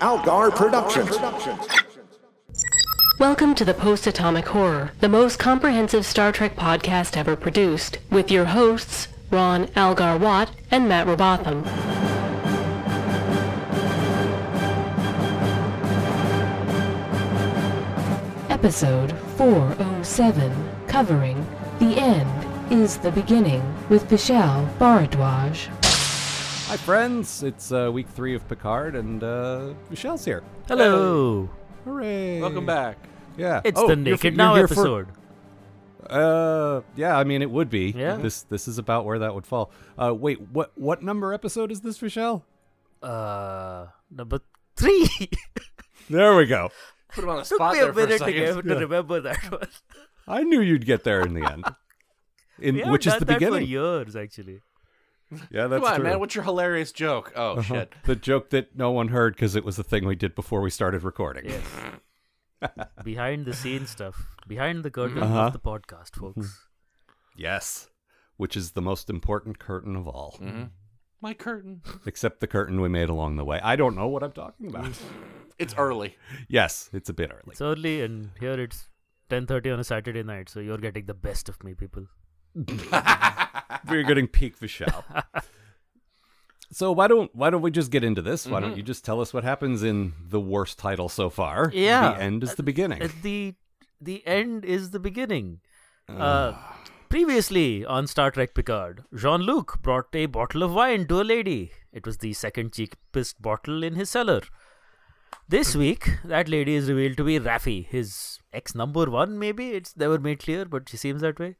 Algar Productions. Welcome to the Post Atomic Horror, the most comprehensive Star Trek podcast ever produced, with your hosts, Ron Algar Watt and Matt Robotham. Episode 407, covering The End is the Beginning, with Bishal Bharadwaj. Hi, friends. It's uh, week three of Picard, and uh, Michelle's here. Hello. Hooray! Welcome back. Yeah, It's Oh, the you're- Naked you're Now here for- episode. uh, yeah. I mean, it would be. Yeah. This this is about where that would fall. Uh, wait, what what number episode is this, Michelle? Uh, number three. There we go. Put him on the Took spot me a there for a minute to, second. get- to remember that one. I knew you'd get there in the end. In We haven't which is done the that beginning. for years, actually. Yeah, that's Come on, true. man. What's your hilarious joke? Oh Uh-huh. shit. the joke that no one heard because it was the thing we did before we started recording. Yes. Behind the scenes stuff, behind the curtain Uh-huh. Mm-hmm. of the podcast, folks. Yes. Which is the most important curtain of all, Mm-hmm. My curtain. except the curtain we made along the way. I don't know what I'm talking about. It's early. yes, it's a bit early. It's early, and here it's ten thirty on a Saturday night, so you're getting the best of me, people. we're getting peak Vishal. So why don't why don't we just get into this? Why don't Mm-hmm. you just tell us what happens in the worst title so far? Yeah. the end is the beginning. At the the end is the beginning. Uh, previously on Star Trek Picard, Jean Luc brought a bottle of wine to a lady. It was the second cheapest bottle in his cellar. This week, that lady is revealed to be Raffi, his ex number one, maybe. It's never made clear, but she seems that way.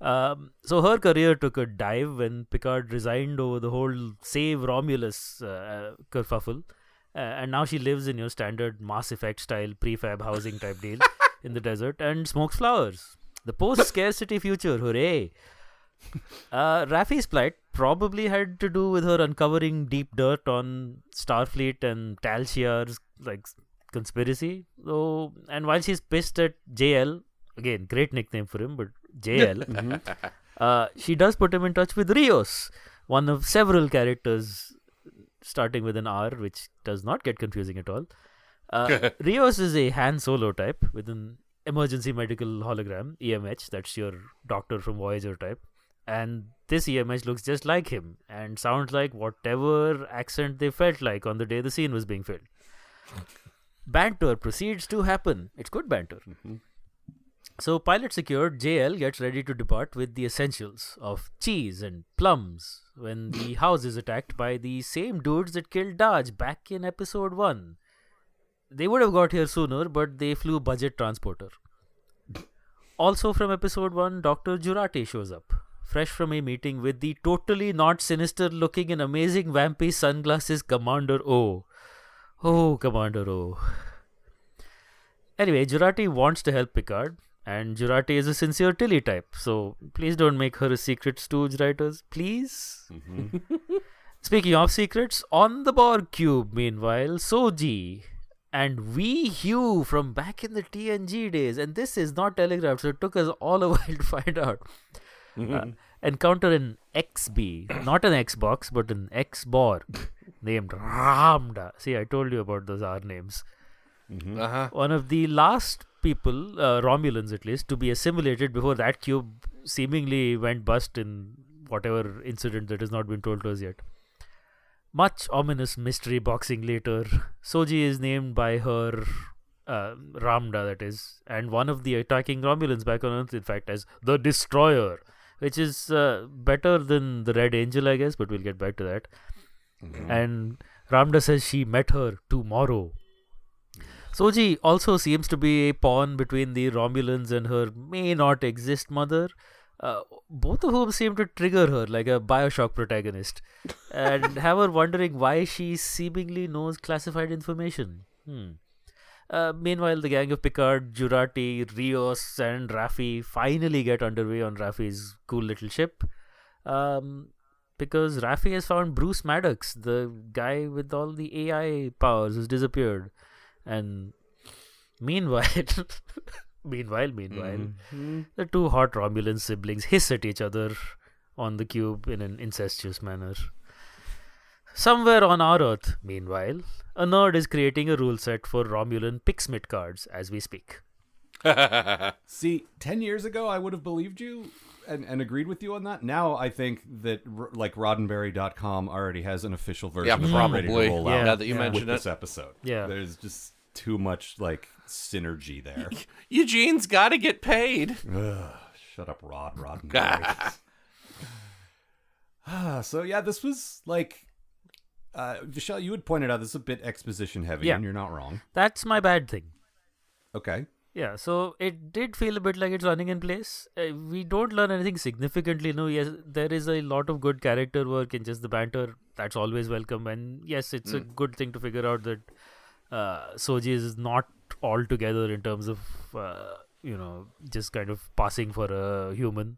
Um, so her career took a dive when Picard resigned over the whole save Romulus uh, uh, kerfuffle. Uh, and now she lives in your standard Mass Effect style prefab housing type deal in the desert and smokes flowers. The post scarcity future, hooray! Uh, Rafi's plight probably had to do with her uncovering deep dirt on Starfleet and Tal Shiar's like conspiracy. So, and while she's pissed at JL, again, great nickname for him, but JL, uh, she does put him in touch with Rios, one of several characters starting with an R, which does not get confusing at all. Uh, Rios is a Han Solo type with an emergency medical hologram, EMH, that's your doctor from Voyager type. And this EMH looks just like him and sounds like whatever accent they felt like on the day the scene was being filmed. Banter proceeds to happen. It's good banter. So, pilot secured, JL gets ready to depart with the essentials of cheese and plums when the house is attacked by the same dudes that killed Dodge back in episode 1. They would have got here sooner, but they flew budget transporter. Also, from episode 1, Dr. Jurate shows up, fresh from a meeting with the totally not sinister looking and amazing vampy sunglasses Commander O. Oh, Commander O. Anyway, Jurati wants to help Picard, and Jurati is a sincere Tilly type, so please don't make her a secret stooge, writers. Please? Speaking of secrets, on the Borg Cube, meanwhile, Soji and we Hugh from back in the TNG days, and this is not telegraphed, so it took us all a while to find out. uh, encounter an XB, not an Xbox, but an X Borg named Ramda. See, I told you about those R names Uh huh. one of the last people, uh, Romulans at least, to be assimilated before that cube seemingly went bust in whatever incident that has not been told to us yet. Much ominous mystery boxing later, Soji is named by her uh, Ramda, that is, and one of the attacking Romulans back on Earth, in fact, as the Destroyer, which is uh, better than the Red Angel, I guess, but we'll get back to that. And Ramda says she met her tomorrow. Soji also seems to be a pawn between the Romulans and her may not exist mother, uh, both of whom seem to trigger her like a Bioshock protagonist and have her wondering why she seemingly knows classified information. Hmm. Uh, meanwhile, the gang of Picard, Jurati, Rios, and Raffi finally get underway on Raffi's cool little ship. Um, because Raffi has found Bruce Maddox, the guy with all the AI powers who's disappeared. And meanwhile, meanwhile, meanwhile, the two hot Romulan siblings hiss at each other on the cube in an incestuous manner. Somewhere on our Earth, meanwhile, a nerd is creating a rule set for Romulan Pixmit cards as we speak. See, 10 years ago, I would have believed you and, and agreed with you on that. Now I think that r- like Roddenberry.com already has an official version Yeah, of it ready to probably. roll Yeah. out Now that you Yeah. with mention it, this episode. Yeah. There's just too much like synergy there. Eugene's got to get paid. Shut up, Rod Roddenberry. Ah, so yeah, this was like uh Michelle, you had pointed out this is a bit exposition heavy, Yeah. and you're not wrong. That's my bad thing. Okay. Yeah, so it did feel a bit like it's running in place. Uh, we don't learn anything significantly new. Yes, there is a lot of good character work in just the banter. That's always welcome. And yes, it's a good thing to figure out that uh, Soji is not all together in terms of, uh, you know, just kind of passing for a human.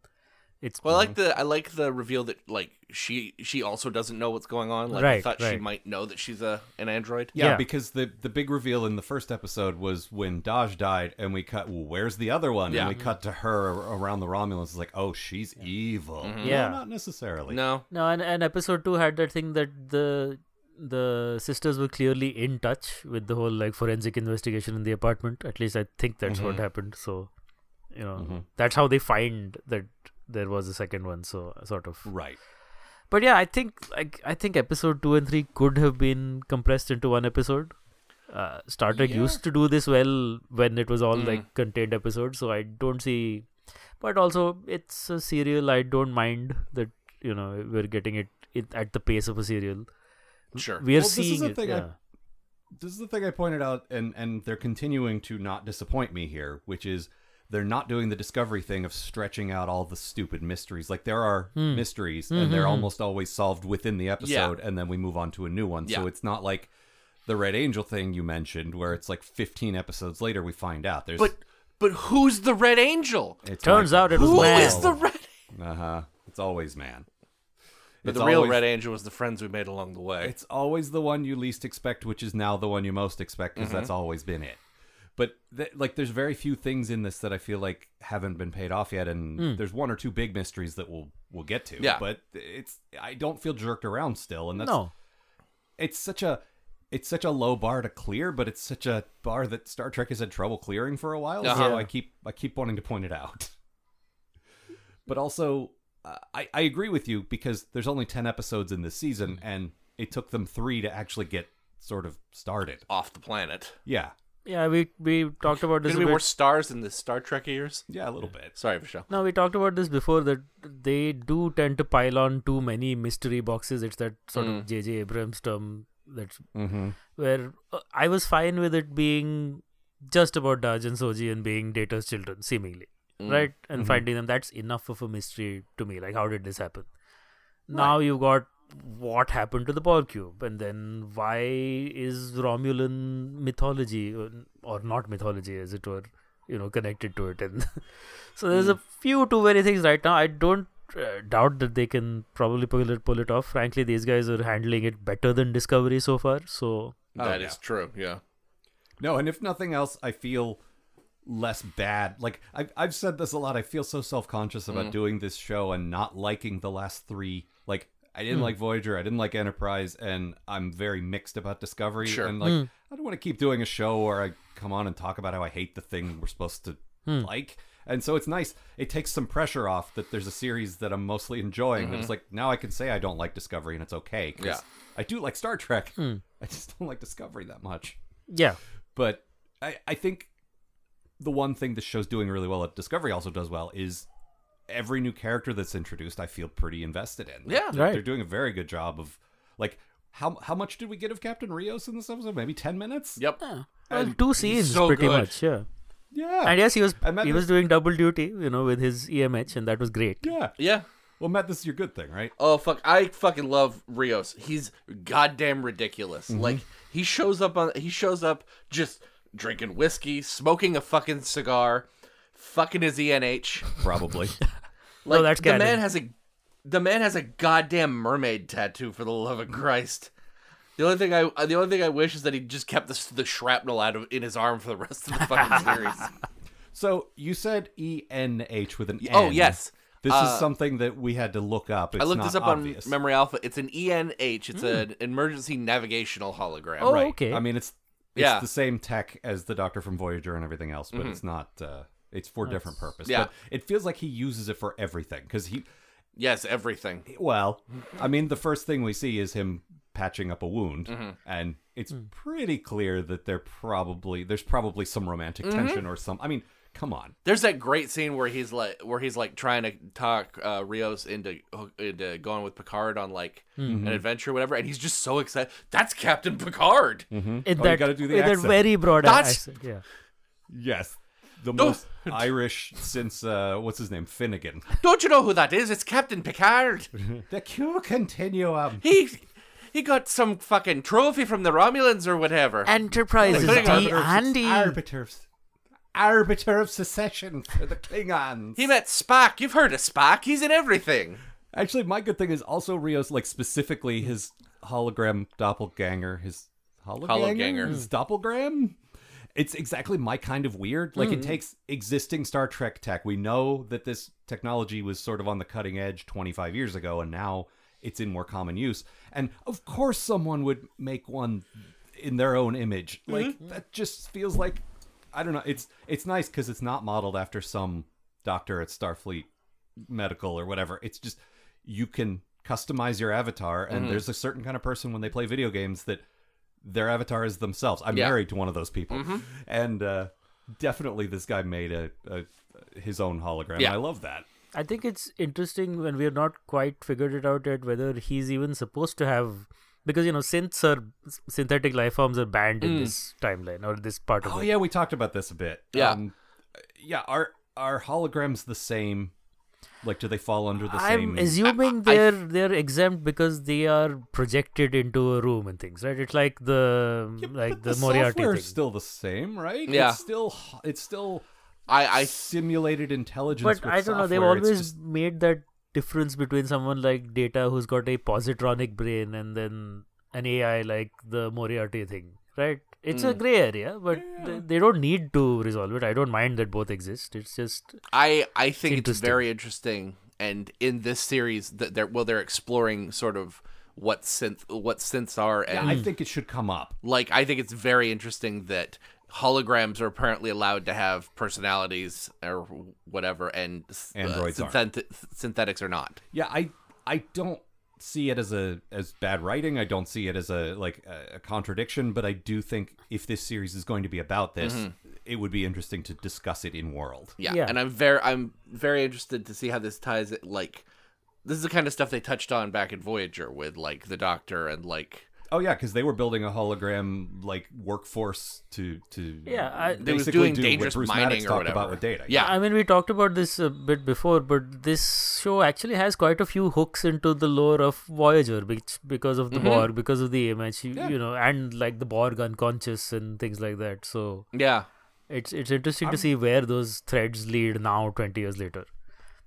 It's Well, I like the I like the reveal that like she she also doesn't know what's going on. Like I Right, thought she right. might know that she's a an android. Yeah, Yeah. because the the big reveal in the first episode was when Dodge died, and we cut. Well, where's the other one? Yeah. And we cut to her ar- around the Romulans. It's like, oh, she's evil. No, Yeah. not necessarily. No, No, and, and episode two had that thing that the the sisters were clearly in touch with the whole like forensic investigation in the apartment. At least I think that's what happened. So, you know, that's how they find that there was a second one. So sort of. Right. But yeah, I think like I think episode two and three could have been compressed into one episode. Uh, Star Trek used to do this well when it was all Hmm. like contained episodes. So I don't see. But also, it's a serial. I don't mind that you know we're getting it, it at the pace of a serial. sure. We are Well, this is seeing the it. thing I- yeah. This is the thing I pointed out, and and they're continuing to not disappoint me here, which is they're not doing the discovery thing of stretching out all the stupid mysteries. Like there are Hmm. mysteries, and they're almost always solved within the episode, and then we move on to a new one. So Yeah. it's not like the Red Angel thing you mentioned, where it's like 15 episodes later we find out. There's But but who's the Red Angel? It's Turns Michael. out it was Who man. is the Red? Uh huh. It's always man. Uh-huh. But It's the real always- Red Angel was the friends we made along the way. It's always the one you least expect, which is now the one you most expect because Mm-hmm. that's always been it. But th- like, there's very few things in this that I feel like haven't been paid off yet, and there's one or two big mysteries that we'll we'll get to. Hmm. Yeah. But it's I don't feel jerked around still, and that's no. it's such a it's such a low bar to clear, but it's such a bar that Star Trek has had trouble clearing for a while. Uh-huh. So I keep I keep wanting to point it out. But also, uh, I I agree with you because there's only ten episodes in this season, and it took them three to actually get sort of started. off the planet. Yeah, Yeah, we we talked about this. Gonna a be bit. more stars in the Star Trek years. yeah, a little bit. Sorry, Michelle. No, we talked about this before that they do tend to pile on too many mystery boxes. It's that sort Hmm. of J.J. Abrams term that's Mm-hmm. where uh, I was fine with it being just about Daj and Soji and being Data's children, seemingly, right? And finding them. That's enough of a mystery to me. Like, how did this happen? Now you've got what happened to the power cube, and then why is Romulan mythology or, or not mythology, as it were, you know, connected to it? And so there's a few too many things right now. I don't. Uh, doubt that they can probably pull it pull it off. Frankly, these guys are handling it better than Discovery so far. So That is yeah. true. Oh, Yeah. No, and if nothing else, I feel less bad. Like I've I've said this a lot. I feel so self conscious Mm. about doing this show and not liking the last three. Like I didn't like Voyager, I didn't like Enterprise, and I'm very mixed about Discovery. Sure. And like I don't want to keep doing a show where I come on and talk about how I hate the thing we're supposed to like. And so it's nice. It takes some pressure off that there's a series that I'm mostly enjoying. That it's like now I can say I don't like Discovery and it's okay because Mm-hmm. Yeah. I do like Star Trek. I just don't like Discovery that much Yeah, but I, I think the one thing the show's doing really well at Discovery also does well is every new character that's introduced I feel pretty invested in. Yeah. They're- Right. They're doing a very good job of like how how much did we get of Captain Rios in this episode? Maybe ten minutes? Yep. well, two scenes so pretty good. much. Yeah, Yeah. and yes, he was I meant he this- was doing double duty, you know, with his EMH, and that was great. Yeah. Yeah. Well Matt, this is your good thing, right? Oh fuck! I fucking love Rios. He's goddamn ridiculous. Mm-hmm. Like he shows up on he shows up just drinking whiskey, smoking a fucking cigar, fucking his ENH. Probably. Like that's the man canon. has a the man has a goddamn mermaid tattoo for the love of Christ. The only thing I the only thing I wish is that he just kept the, the shrapnel out of in his arm for the rest of the fucking series. so you said E N H with an N. Oh yes, This is something that we had to look up. It's I looked not this up obvious. Hmm. on Memory Alpha. It's an ENH. It's an emergency navigational hologram. Oh, right. okay. I mean, it's it's Yeah. Mm-hmm. the same tech as the Doctor from Voyager and everything else, but it's not. Uh, it's for different purpose. Yeah. But it feels like he uses it for everything because he. Yes, everything. Well, I mean, the first thing we see is him patching up a wound, Mm-hmm. and it's Hmm. pretty clear that they're probably there's probably some romantic Mm-hmm. tension or some. I mean, come on. There's that great scene where he's like, where he's like trying to talk uh, Rios into into going with Picard on like an adventure, or whatever, and he's just so excited. That's Captain Picard. In Oh, you that, gotta do the in that accent. very broad That's- accent. Yeah. Yes. The No. most Irish since uh, what's his name Finnegan. Don't you know who that is? It's Captain Picard. The um, cure continuum. He he got some fucking trophy from the Romulans or whatever. Enterprise is Oh, Well, it's D Arbiter, and E. arbiters. Arbiter of secession for the Klingons. he met Spock. You've heard of Spock. He's in everything. Actually, my good thing is also Rios, like specifically his hologram doppelganger, his hologanger, Hologanger. his doppelgram. It's exactly my kind of weird. Like it takes existing Star Trek tech. We know that this technology was sort of on the cutting edge 25 years ago, and now it's in more common use. And of course, someone would make one in their own image. Like that just feels like I don't know. It's it's nice because it's not modeled after some doctor at Starfleet medical or whatever. It's just you can customize your avatar, Mm-hmm. and there's a certain kind of person when they play video games that their avatar is themselves. I'm Yeah. Mm-hmm. married to one of those people, and uh, definitely this guy made a, a his own hologram. Yeah. I love that. I think it's interesting when we're not quite figured it out yet whether he's even supposed to have because you know synths are synthetic life forms are banned in this timeline or this part of Hmm. Oh it. yeah, we talked about this a bit. Um, Yeah. yeah. Are are holograms the same? Like, do they fall under the I'm same? assuming they're they're exempt because they are projected into a room and things, right? It's like the Yeah, like but the, the Moriarty software thing. is still the same, right? Yeah. It's still ho- it's still I I simulated intelligence. but with I don't know. They've software. It's always just- made that difference between someone like Data who's got a positronic brain and then an AI like the Moriarty thing, right? It's Hmm. a gray area, but th- they don't need to resolve it. I don't mind that both exist. It's just I I think it's Interesting. very interesting, and in this series, that they're well, they're exploring sort of what synth what synths are, and I think it should come up. like I think it's very interesting that holograms are apparently allowed to have personalities or whatever, and s- Androids uh, aren't. synthet- synthetics are not. Yeah, I I don't see it as a as bad writing. I don't see it as a like a, a contradiction, but I do think if this series is going to be about this, it would be interesting to discuss it in world. Yeah. Yeah. and I'm very I'm very interested to see how this ties it. Like, this is the kind of stuff they touched on back in Voyager with like the Doctor and like Oh yeah, because they were building a hologram like workforce to to Yeah, I- They was basically doing do dangerous what Bruce mining Maddox or talked whatever. about with data. Yeah. I mean we talked about this a bit before, but this show actually has quite a few hooks into the lore of Voyager, which because of the Mm-hmm. Borg, because of the image, you, you know, and like the Borg unconscious and things like that. So yeah. It's it's interesting Um, to see where those threads lead now, twenty years later,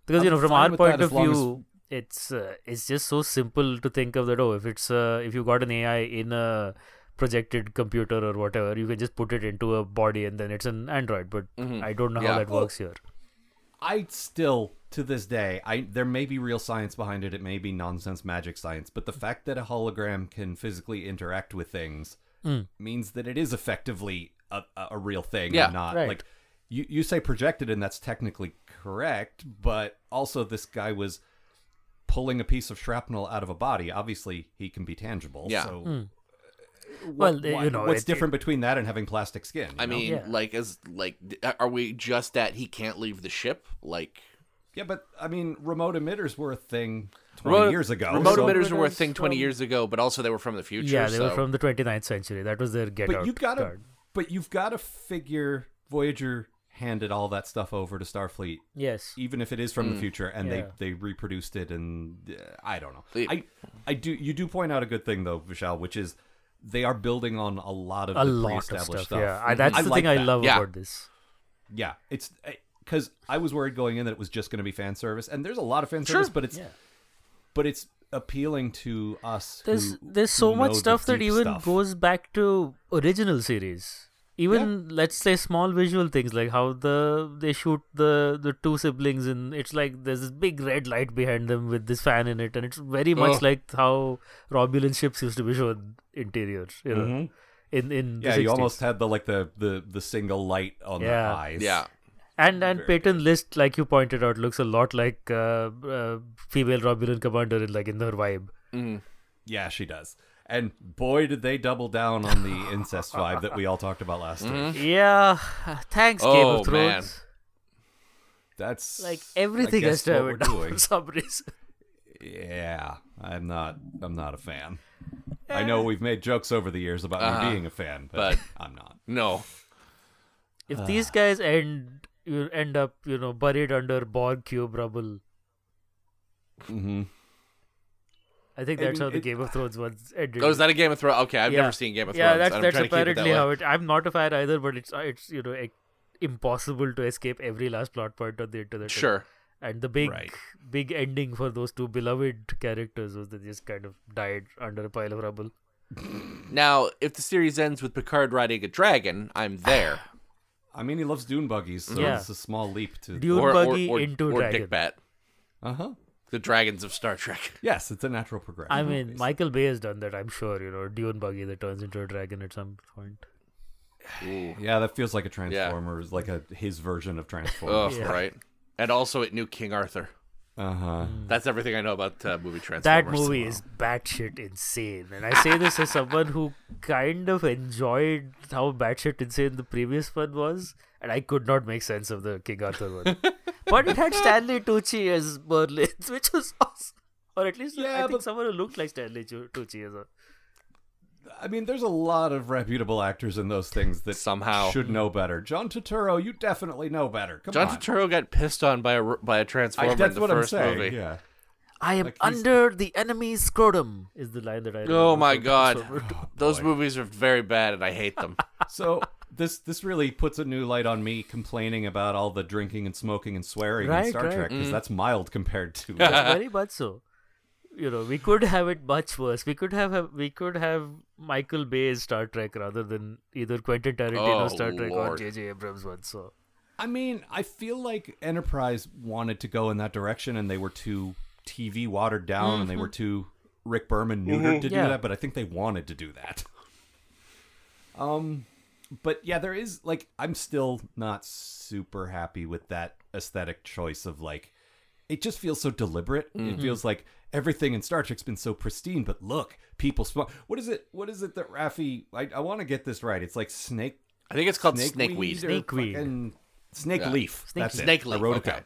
because you I'm know from fine our with point that of as long as- view, it's uh, it's just so simple to think of that. Oh, if it's uh, if you got an AI in a projected computer or whatever, you can just put it into a body and then it's an android. But Mm-hmm. I don't know how Yeah. that works here. I still to this day, I there may be real science behind it. It may be nonsense magic science, but the fact that a hologram can physically interact with things Mm. means that it is effectively a, a, a real thing. Yeah, and not right. like you you say projected, and that's technically correct. But also, this guy was pulling a piece of shrapnel out of a body. Obviously, he can be tangible. Yeah. So. Hmm. Well, why- you know, what's it- different between that and having plastic skin? I you know? mean, Yeah. like, as like, d- are we just at he can't leave the ship? Like, yeah, but I mean, remote emitters were a thing twenty remote, years ago. remote so- emitters were a thing Emitters twenty from- years ago, but also they were from the future. yeah, they were so- from the 29th century. That was their get but out. you gotta card. but you've gotta figure voyager handed all that stuff over to starfleet yes. even if it is from the future and Yeah. they they reproduced it and uh, i don't know It- i i do you do point out a good thing though vishal which is they are building on a lot of A the Mm-hmm. lot of established stuff. Yeah, I, that's the like thing I that. love Yeah. about this. yeah it's because i was worried going in that it was just going to be fan service and there's a lot of fan service but it's but it's appealing to us there's who- there's so who know much the stuff that deep even stuff. goes back to original series even let's say small visual things like how the they shoot the the two siblings and it's like there's this big red light behind them with this fan in it and it's very much Ugh. like how Romulan ships used to be shown interiors you know in in Mm-hmm. Yeah, the you 60s. almost had the like the the the single light on Yeah. the eyes. Yeah. and and Peyton List like you pointed out looks a lot like uh, uh, female Romulan commander in like in her vibe yeah, she does. And boy, did they double down on the incest vibe that we all talked about last Mm-hmm. week. yeah thanks Game Oh, of man. Thrones That's like I everything guess has to have what it we're down doing. for some reason Yeah, I'm not. I'm not a fan. Eh. I know we've made jokes over the years about me being a fan, but, Uh-huh. but- I'm not. No. Uh. if these guys end you end up you know buried under Borg cube rubble Mm-hmm. I think I that's mean, how the it- Game of Thrones ones ended. Oh, is that a Game of Thrones? Okay, I've Yeah. never seen Game of yeah, Thrones. that's I'm that's trying to keep it apparently that way. how it. I'm not a fan either, but it's uh, it's you know like, impossible to escape every last plot point on the internet. Sure. And the big Right. big ending for those two beloved characters was that they just kind of died under a pile of rubble. Now, if the series ends with Picard riding a dragon, I'm there. I mean, he loves dune buggies, so Yeah. it's a small leap to. Dune or or, buggy or, into or dragon. Dickbat. Uh huh. The dragons of Star Trek. Yes, it's a natural progression. I mean, obviously. Michael Bay has done that. I'm sure you know Dune buggy that turns into a dragon at some point. Ooh. Yeah, that feels like a Transformers, like a his version of Ugh, Transformers. Yeah. right? And also it knew King Arthur. Uh huh. Mm. That's everything I know about uh, movie Transformers. That movie is batshit insane. And I say this as someone who kind of enjoyed how batshit insane the previous one was, and I could not make sense of the King Arthur one. but it had Stanley Tucci as Merlin, which was awesome. Or at least I Yeah, think but- someone who looked like Stanley Chu- Tucci as a. I mean, there's a lot of reputable actors in those things that Somehow. should know better. John Turturro, you definitely know better. Come John on. Turturro got pissed on by a r- by a transformer I, that's in the what first I'm saying. movie. Yeah. I am Like he's- under the enemy's scrotum is the line that I. Oh remember my from god. Transformers. Oh, Those movies are very bad and I hate them. So this this really puts a new light on me complaining about all the drinking and smoking and swearing Right, in Star right. Trek Mm. because that's mild compared to very much so. You know, we could have it much worse. We could have, have we could have Michael Bay's Star Trek rather than either Quentin Tarantino Oh, Star Trek or Lord. J.J. Abrams one. So I mean, I feel like Enterprise wanted to go in that direction, and they were too TV watered down, and they were too Rick Berman neutered to Yeah. do that. But I think they wanted to do that. Um, but yeah, there is like I'm still not super happy with that aesthetic choice of like it just feels so deliberate. It feels like everything in Star Trek's been so pristine, but look, people smoke. What is it? What is it that Raffi? I, I want to get this right. It's like snake I think it's called snake Snakeweed. or Snakeweed. fucking Snake Yeah. leaf. Snake That's it. leaf. Snake I leaf, wrote it okay. down.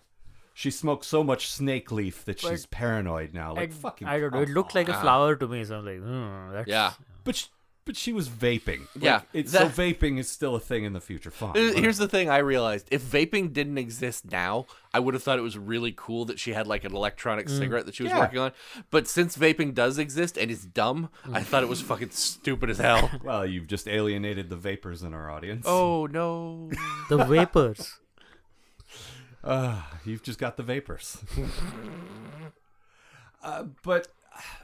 She smoked so much snake leaf that she's But- paranoid now. Like And fucking. I don't know. It come looked like a on. flower to me. So I'm like, hmm, that's, Yeah. on. But she, but she was vaping. Like, Yeah, It's that- so vaping is still a thing in the future. Fine. Uh, whatever. Here's the thing I realized. If vaping didn't exist now, I would have thought it was really cool that she had like an electronic cigarette that she was Yeah. working on. But since vaping does exist and is dumb, I thought it was fucking stupid as hell. Well, you've just alienated the vapors in our audience. oh no. the vapors. Ah, you've just got the vapors. uh, but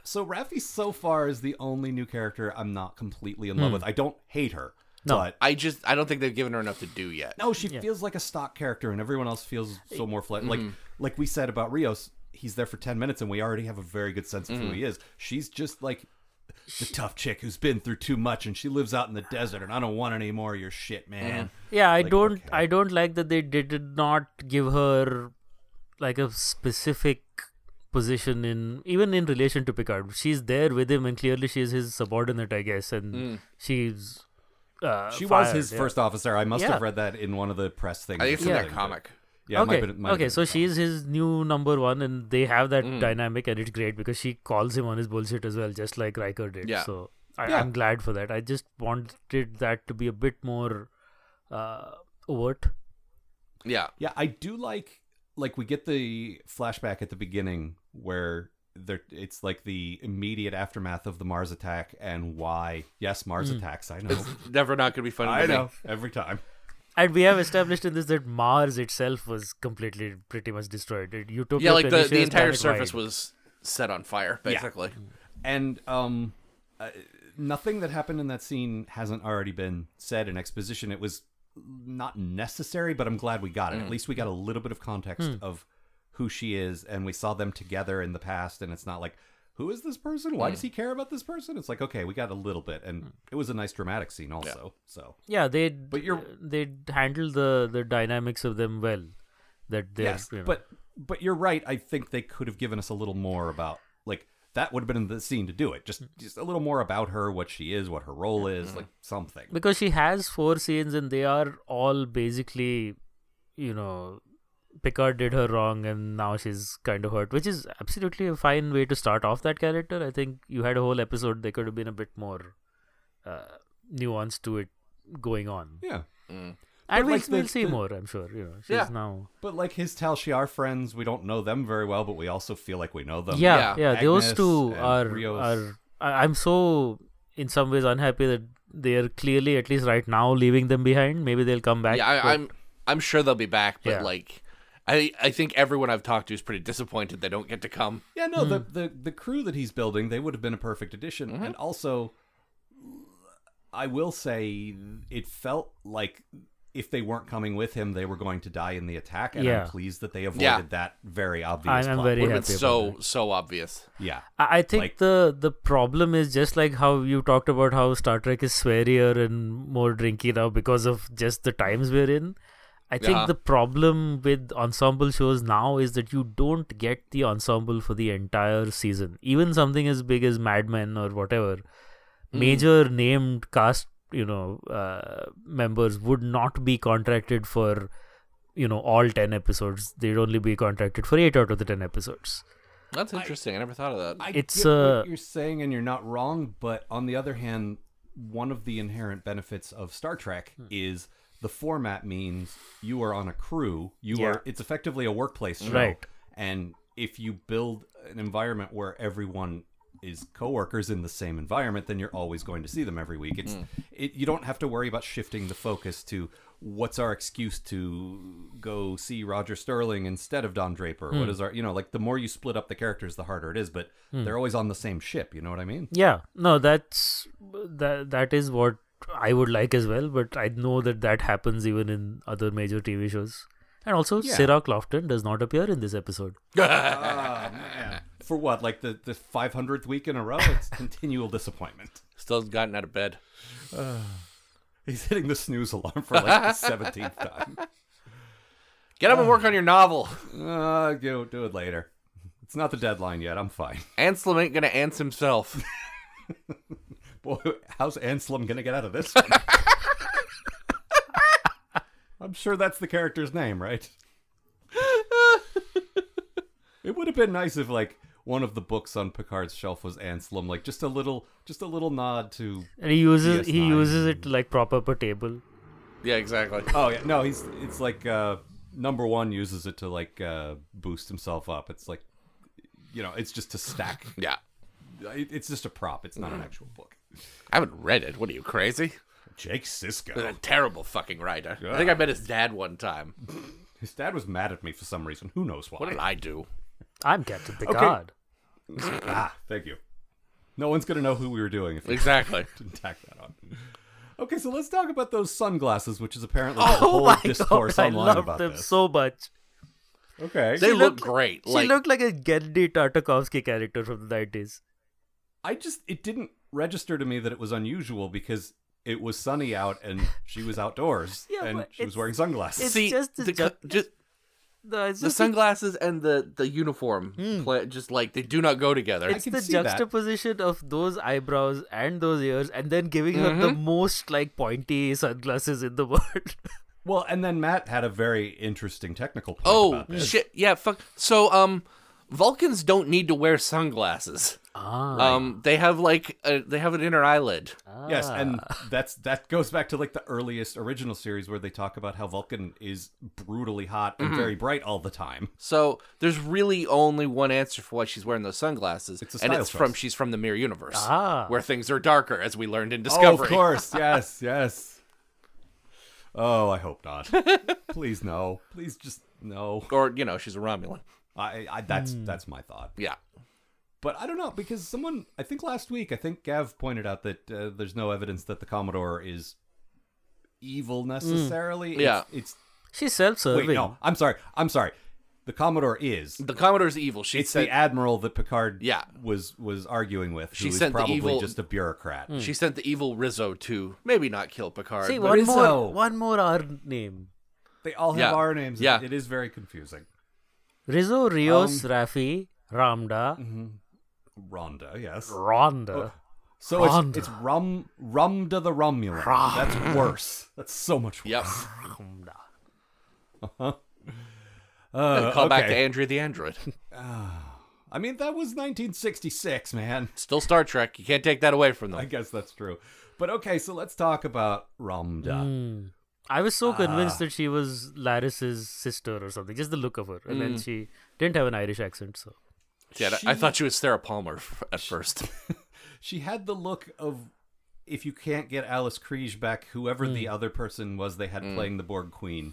so Raffi so far is the only new character I'm not completely in love with. I don't hate her. Hmm. No. But I just I don't think they've given her enough to do yet. No, Oh, she feels like a stock character, and everyone else feels Eh, so more flat. Like mm-hmm. like we said about Rios, he's there for ten minutes, and we already have a very good sense of Mm-hmm. who he is. She's just like the tough chick who's been through too much, and she lives out in the desert, and I don't want any more of your shit, Mm-hmm. man. Yeah, I Like, don't. okay. I don't like that they did not give her like a specific position in even in relation to Picard. She's there with him, and clearly she is his subordinate, I guess, and Hmm. she's. Uh, She was fired, his yeah. first officer. I must Yeah. have read that in one of the press things. I think it's or in that something, but- comic. Yeah, it might okay. have been- might have okay. been So in that she's his new number one, and they have that Hmm. dynamic, and it's great because she calls him on his bullshit as well, just like Riker did. Yeah. So I, Yeah. I'm glad for that. I just wanted that to be a bit more uh, overt. Yeah. Yeah, I do like like we get the flashback at the beginning where there it's like the immediate aftermath of the Mars attack and why yes Mars attacks I know Never not gonna be funny. I to me. know every time And we have established in this that Mars itself was completely, pretty much destroyed. It, Utopia Yeah, like the, perishes the entire planet-wide. surface was set on fire, basically. and um uh, nothing that happened in that scene hasn't already been said in exposition. It was not necessary, but I'm glad we got it. At least we got a little bit of context of who she is, and we saw them together in the past, and it's not like, who is this person? Why does he care about this person? It's like, okay, we got a little bit, and it was a nice dramatic scene also. So Yeah, they but you're- they handle the the dynamics of them well. That they're yes, you know, but but you're right. I think they could have given us a little more about like that would have been the scene to do it. Just just a little more about her, what she is, what her role is, like something. because she has four scenes and they are all basically you know Picard did her wrong and now she's kind of hurt, which is absolutely a fine way to start off that character. I think you had a whole episode there could have been a bit more uh, nuance to it going on. Yeah. And we'll, like the- we'll see the- more, I'm sure. You know, she's Yeah. now But like his Tal Shiar friends, we don't know them very well, but we also feel like we know them. yeah, yeah, Yeah. those Um, Agnes two and are Rios. are. I, I'm so in some ways unhappy that they are clearly at least right now leaving them behind. Maybe they'll come back. yeah, I, but- I'm I'm sure they'll be back, but Yeah. like, I I think everyone I've talked to is pretty disappointed they don't get to come. Yeah, no, the, Hmm. the the crew that he's building, they would have been a perfect addition. Mm-hmm. And also I will say it felt like if they weren't coming with him, they were going to die in the attack, and Yeah. I'm pleased that they avoided Yeah. that very I'm- obvious. I'm plot very Would point. have happy been about so that. so obvious. Yeah. I I think Like- the the problem is just like how you talked about how Star Trek is swearier and more drinky now because of just the times we're in. I think Uh-huh. the problem with ensemble shows now is that you don't get the ensemble for the entire season. Even something as big as Mad Men or whatever, Mm. major named cast you know uh, members would not be contracted for you know all 10 episodes they'd only be contracted for 8 out of the 10 episodes That's interesting. I, never thought of that. I It's, get uh, what you're saying, and you're not wrong. But on the other hand, one of the inherent benefits of Star Trek Hmm. is the format means you are on a crew. You Yeah. are. It's effectively a workplace show, Right. and if you build an environment where everyone is coworkers in the same environment, then you're always going to see them every week. It's it, you don't have to worry about shifting the focus to what's our excuse to go see Roger Sterling instead of Don Draper. What is our you know like the more you split up the characters, the harder it is. But they're always on the same ship. You know what I mean? Yeah, no, that's that that is what I would like as well. But I know that that happens even in other major TV shows. And also, Yeah. Sarah Clofton does not appear in this episode. For what like the the 500th week in a row? It's continual disappointment. Still hasn't gotten out of bed. He's hitting the snooze alarm for like the 17th time. Get up and work on your novel. Uh, do do it later. It's not the deadline yet. I'm fine. Anselm ain't gonna ants himself. Boy, how's Anselm gonna get out of this one? I'm sure that's the character's name, right? it would have been nice if like one of the books on Picard's shelf was Anselm, like just a little just a little nod to And he uses he DS9. uses it to like prop up a table. yeah, exactly. Oh yeah, no, he's it's like uh number 1 uses it to like uh boost himself up. It's like you know, it's just to stack. Yeah, It- It's just a prop. It's not an actual book. I haven't read it. What are you crazy? Jake A Sisko. terrible fucking writer. I think I met his dad one time. His dad was mad at me for some reason. Who knows why? What did I do? I'm Captain Picard. Ah, thank you. No one's gonna know who we were doing if we Exactly. didn't tack that on. Okay, so let's talk about those sunglasses, which is apparently the whole discourse Oh I online love about them this. so much. Okay, They look looked- great. She like looked like a Genndy Tartakovsky character from the nineties. I just it didn't register to me that it was unusual because it was sunny out and she was outdoors Yeah, and but she was it's- wearing sunglasses. it's- see just the the, co- ju- just No, it's the just Hmm. the sunglasses and the the uniform play, just like they do not go together. It's can the see that. juxtaposition of those eyebrows and those ears, and then giving her the most like pointy sunglasses in the world. well, and then Matt had a very interesting technical point. oh about this. shit! Yeah, fuck. So um, Vulcans don't need to wear sunglasses. ah, Um, they have like a, they have an inner eyelid. Yes, and Ah. that's that goes back to like the earliest original series where they talk about how Vulcan is brutally hot Mm-hmm. and very bright all the time. So there's really only one answer for why she's wearing those sunglasses, It's a and style it's from choice. she's from the Mirror Universe, Ah. where things are darker, as we learned in Oh, of Discovery. course. Yes, yes. Oh, I hope not. Please no. Please just no. Or you know, she's a Romulan. Hmm. I, I that's that's my thought. Yeah. But I don't know because someone, I think last week, I think Gav pointed out that uh, there's no evidence that the Commodore is evil necessarily. Hmm. Yeah. it's, it's She's self-serving. wait, no, I'm sorry, I'm sorry. The Commodore is. The Commodore's evil. She it's said the admiral that Picard Yeah. was was arguing with. She who is sent the probably evil- just a bureaucrat. she sent the evil Rizzo to maybe not kill Picard. See, but- one Rizzo. more, one more R name. They all have Yeah. our names. Yeah. it is very confusing. Rizzo, Rios, Rafi, Ramda, Rhonda, yes. Ronda. So it's, Rhonda. it's Rum Rumda the Romulan. That's worse. That's so much worse. Yep. Ramda. Uh, Call back eh? to okay. Andrea the android. I mean, that was 1966, man. Still Star Trek. You can't take that away from them. I guess that's true. But okay, so let's talk about Rumda. I was so convinced that she was Laris's sister or something, just the look of her. And then she didn't have an Irish accent, so. yeah, I thought she was Sarah Palmer f- at first. She had the look of if you can't get Alice Kriege back, whoever the other person was they had playing the Borg Queen. on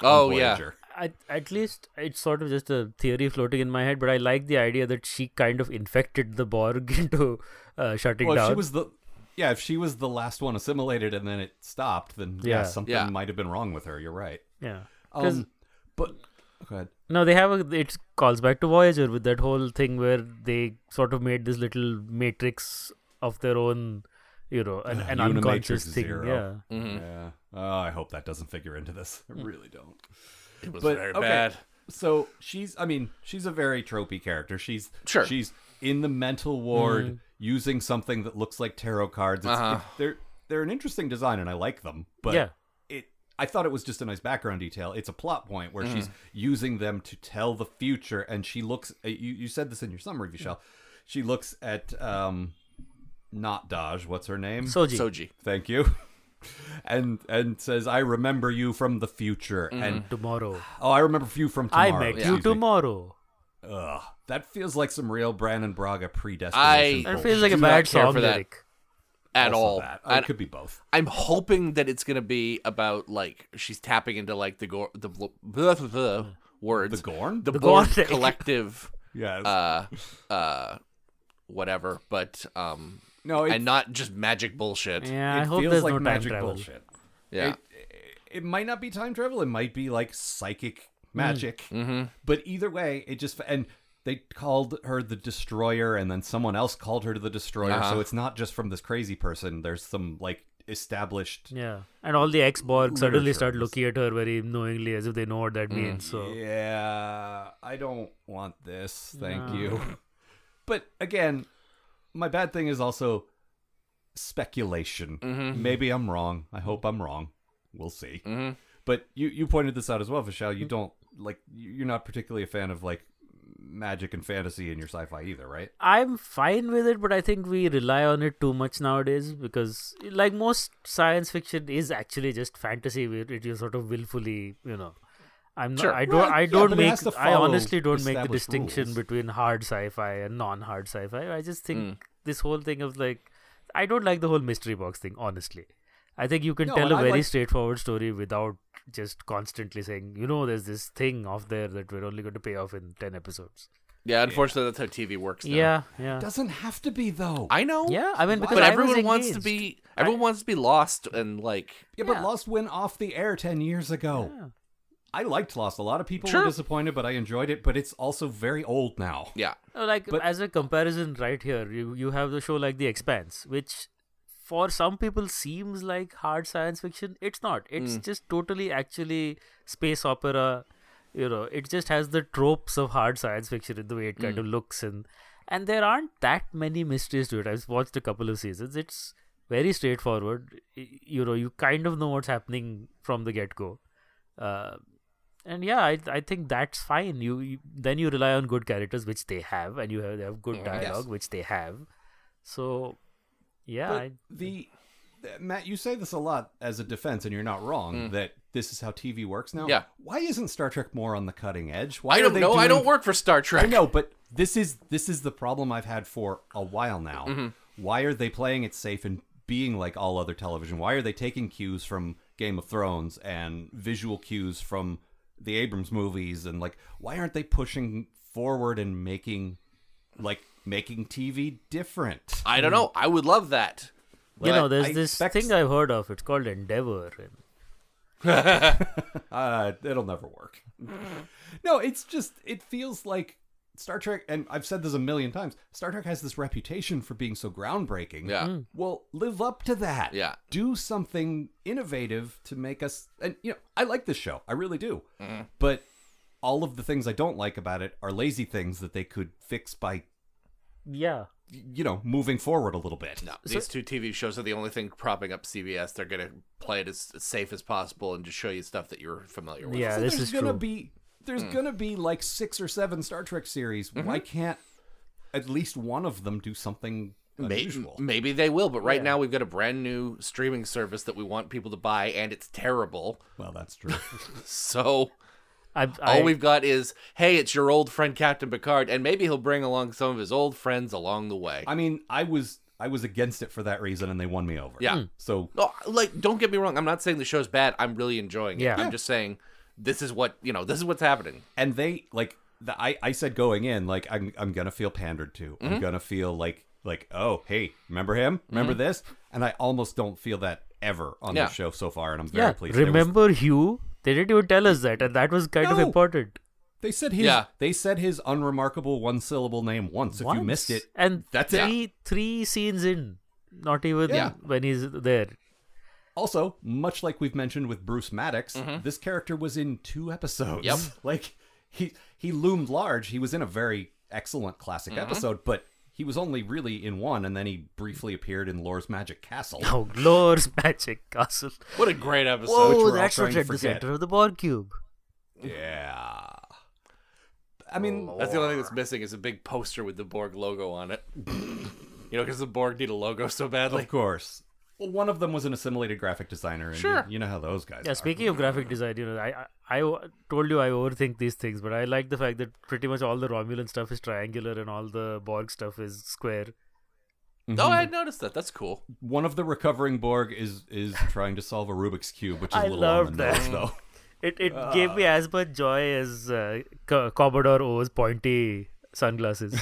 Hmm. oh yeah. Voyager. I, at least it's sort of just a theory floating in my head, but I like the idea that she kind of infected the Borg into uh, shutting Well, if down. she was the yeah, if she was the last one assimilated and then it stopped, then yeah, Yeah. something Yeah. might have been wrong with her. You're right. yeah. 'Cause- Um, but go ahead. No, they have a. It calls back to Voyager with that whole thing where they sort of made this little matrix of their own, you know, an, an Unimatrix unconscious thing. Zero. Yeah. Yeah. Oh, I hope that doesn't figure into this. I Hmm. really don't. It was But very okay. bad. So she's I mean, she's a very tropey character. She's Sure. she's in the mental ward using something that looks like tarot cards. It's, Uh-huh. it- they're they're an interesting design and I like them. But Yeah. it I thought it was just a nice background detail. It's a plot point where Mm. she's using them to tell the future and she looks uh, you, you said this in your summary, Vishal. She looks at um not Dodge, what's her name? Mm-hmm. Soji. Soji. Thank you. And and says, I remember you from the future. Mm. And Tomorrow. oh, I remember you from I tomorrow. met you excuse me. tomorrow. Ugh, that feels like some real Brandon Braga I- predestination. That That bullshit. feels like a Do not bad care song for that. lyric. At Also all. that. I- Oh, it could be both. I'm hoping that it's gonna be about like she's tapping into like the gore, the bl- blah, blah, blah, words, The Gorn. the, The Borg Gorn. collective, yes. uh, uh, whatever. But um, no, Oh, it, and not just magic bullshit. Yeah, Yeah, I it hope feels there's like no time magic travel. bullshit. It, it might not be time travel. It might be like psychic Hmm. magic. Mm-hmm. But either way, it just and they called her the destroyer, and then someone else called her the destroyer. Uh-huh. So it's not just from this crazy person. There's some like established. Yeah, and all the ex Borg suddenly Literature. start looking at her very knowingly, as if they know what that Mm. means. So Yeah, I don't want this. Thank you. But again, my bad thing is also speculation. Maybe I'm wrong. I hope I'm wrong. We'll see. But you you pointed this out as well, Vishal. You don't like you- you're not particularly a fan of like magic and fantasy in your sci-fi either, right? I'm fine with it, but I think we rely on it too much nowadays because, like most science fiction, is actually just fantasy. Where it you sort of willfully, you know. I'm not. Sure. I don't. Well, I yeah, don't but it make. has to I follow honestly don't make the established distinction rules. between hard sci-fi and non-hard sci-fi. I just think Hmm. this whole thing of like, I don't like the whole mystery box thing. Honestly, I think you can No, tell and a I very like- straightforward story without just constantly saying, you know, there's this thing off there that we're only going to pay off in ten episodes. unfortunately, that's how TV works. Now. Yeah. Yeah. Doesn't have to be though. I know. Yeah, I mean, because but I was everyone wants to engaged. be everyone wants to be lost and like yeah, but Lost went off the air 10 years ago. I liked Lost. A lot of people Sure. were disappointed, but I enjoyed it, but it's also very old now. yeah. No, like But- as a comparison, right here, you you have the show like The Expanse, which for some people seems like hard science fiction. It's not. It's just totally actually space opera. You know, it just has the tropes of hard science fiction in the way it kind of looks and and there aren't that many mysteries to it. I've watched a couple of seasons. It's very straightforward. Y- You know, you kind of know what's happening from the get go. Uh, and yeah, I I think that's fine. You, you then you rely on good characters, which they have, and you have, they have good dialogue, which they have. So, yeah, But I, the th- Matt, you say this a lot as a defense, and you're not wrong that this is how TV works now. Mm. Yeah. Why isn't Star Trek more on the cutting edge? Why I are don't they know. I doing- don't work for Star Trek. I know, but this is this is the problem I've had for a while now. Mm-hmm. Why are they playing it safe and being like all other television? Why are they taking cues from Game of Thrones and visual cues from the Abrams movies and like why aren't they pushing forward and making like making TV different. I Hmm. don't know. I would love that. you Well, know, there's I this expect- thing I've heard of. It's called Endeavor. And Uh, it'll never work. no, it's just it feels like Star Trek, and I've said this a million times. Star Trek has this reputation for being so groundbreaking. Yeah. Hmm. Well, live up to that. Yeah. Do something innovative to make us. And you know, I like this show. I really do. Mm-hmm. But all of the things I don't like about it are lazy things that they could fix by yeah, you know moving forward a little bit. No, these two TV shows are the only thing propping up CBS. They're gonna play it as, as safe as possible and just show you stuff that you're familiar with. yeah, So this there's is gonna true. be there's Hmm. gonna be like six or seven Star Trek series. Mm-hmm. Why can't at least one of them do something May- unusual? maybe they will, but right now we've got a brand new streaming service that we want people to buy, and it's terrible. Well, that's true. So I, all I, we've got is, hey, it's your old friend Captain Picard, and maybe he'll bring along some of his old friends along the way. I mean, I was I was against it for that reason, and they won me over. Yeah. Hmm. So No, like, don't get me wrong. I'm not saying the show's bad. I'm really enjoying it. Yeah. I'm just saying this is what you know. This is what's happening. and they like the, I I said going in like I'm I'm gonna feel pandered to. Mm-hmm. I'm gonna feel like like oh hey remember him remember this and I almost don't feel that ever on Yeah. the show so far, and I'm very yeah. pleased. There was- Remember Hugh? They didn't even tell us that, and that was kind of No. important. They said his. Yeah. They said his unremarkable one syllable name once. If you Once. missed it, and that's it. three three scenes in, not even Yeah. when he's there. Also, much like we've mentioned with Bruce Maddox, this character was in two episodes. Mm-hmm. Yep. Like he he loomed large. He was in a very excellent classic Mm-hmm. episode, but he was only really in one, and then he briefly appeared in Lore's Magic Castle. Oh, Lore's magic castle. What a great episode. which we're Whoa, all that's trying what's to at the forget. center of the Borg cube. Yeah. I mean, That's the only thing that's missing is a big poster with the Borg logo on it. you know, because the Borg need a logo so badly. of course. Well, one of them was an assimilated graphic designer, and you- Sure. you, know how those guys. Yeah, are. speaking of graphic design, you know, I, I I told you I overthink these things, but I like the fact that pretty much all the Romulan stuff is triangular and all the Borg stuff is square. Oh, I had noticed that. That's cool. One of the recovering Borg is is trying to solve a Rubik's cube, which is a I little on the love that. nose, though. It it gave Ah. me as much joy as uh, Co- Commodore O's pointy sunglasses.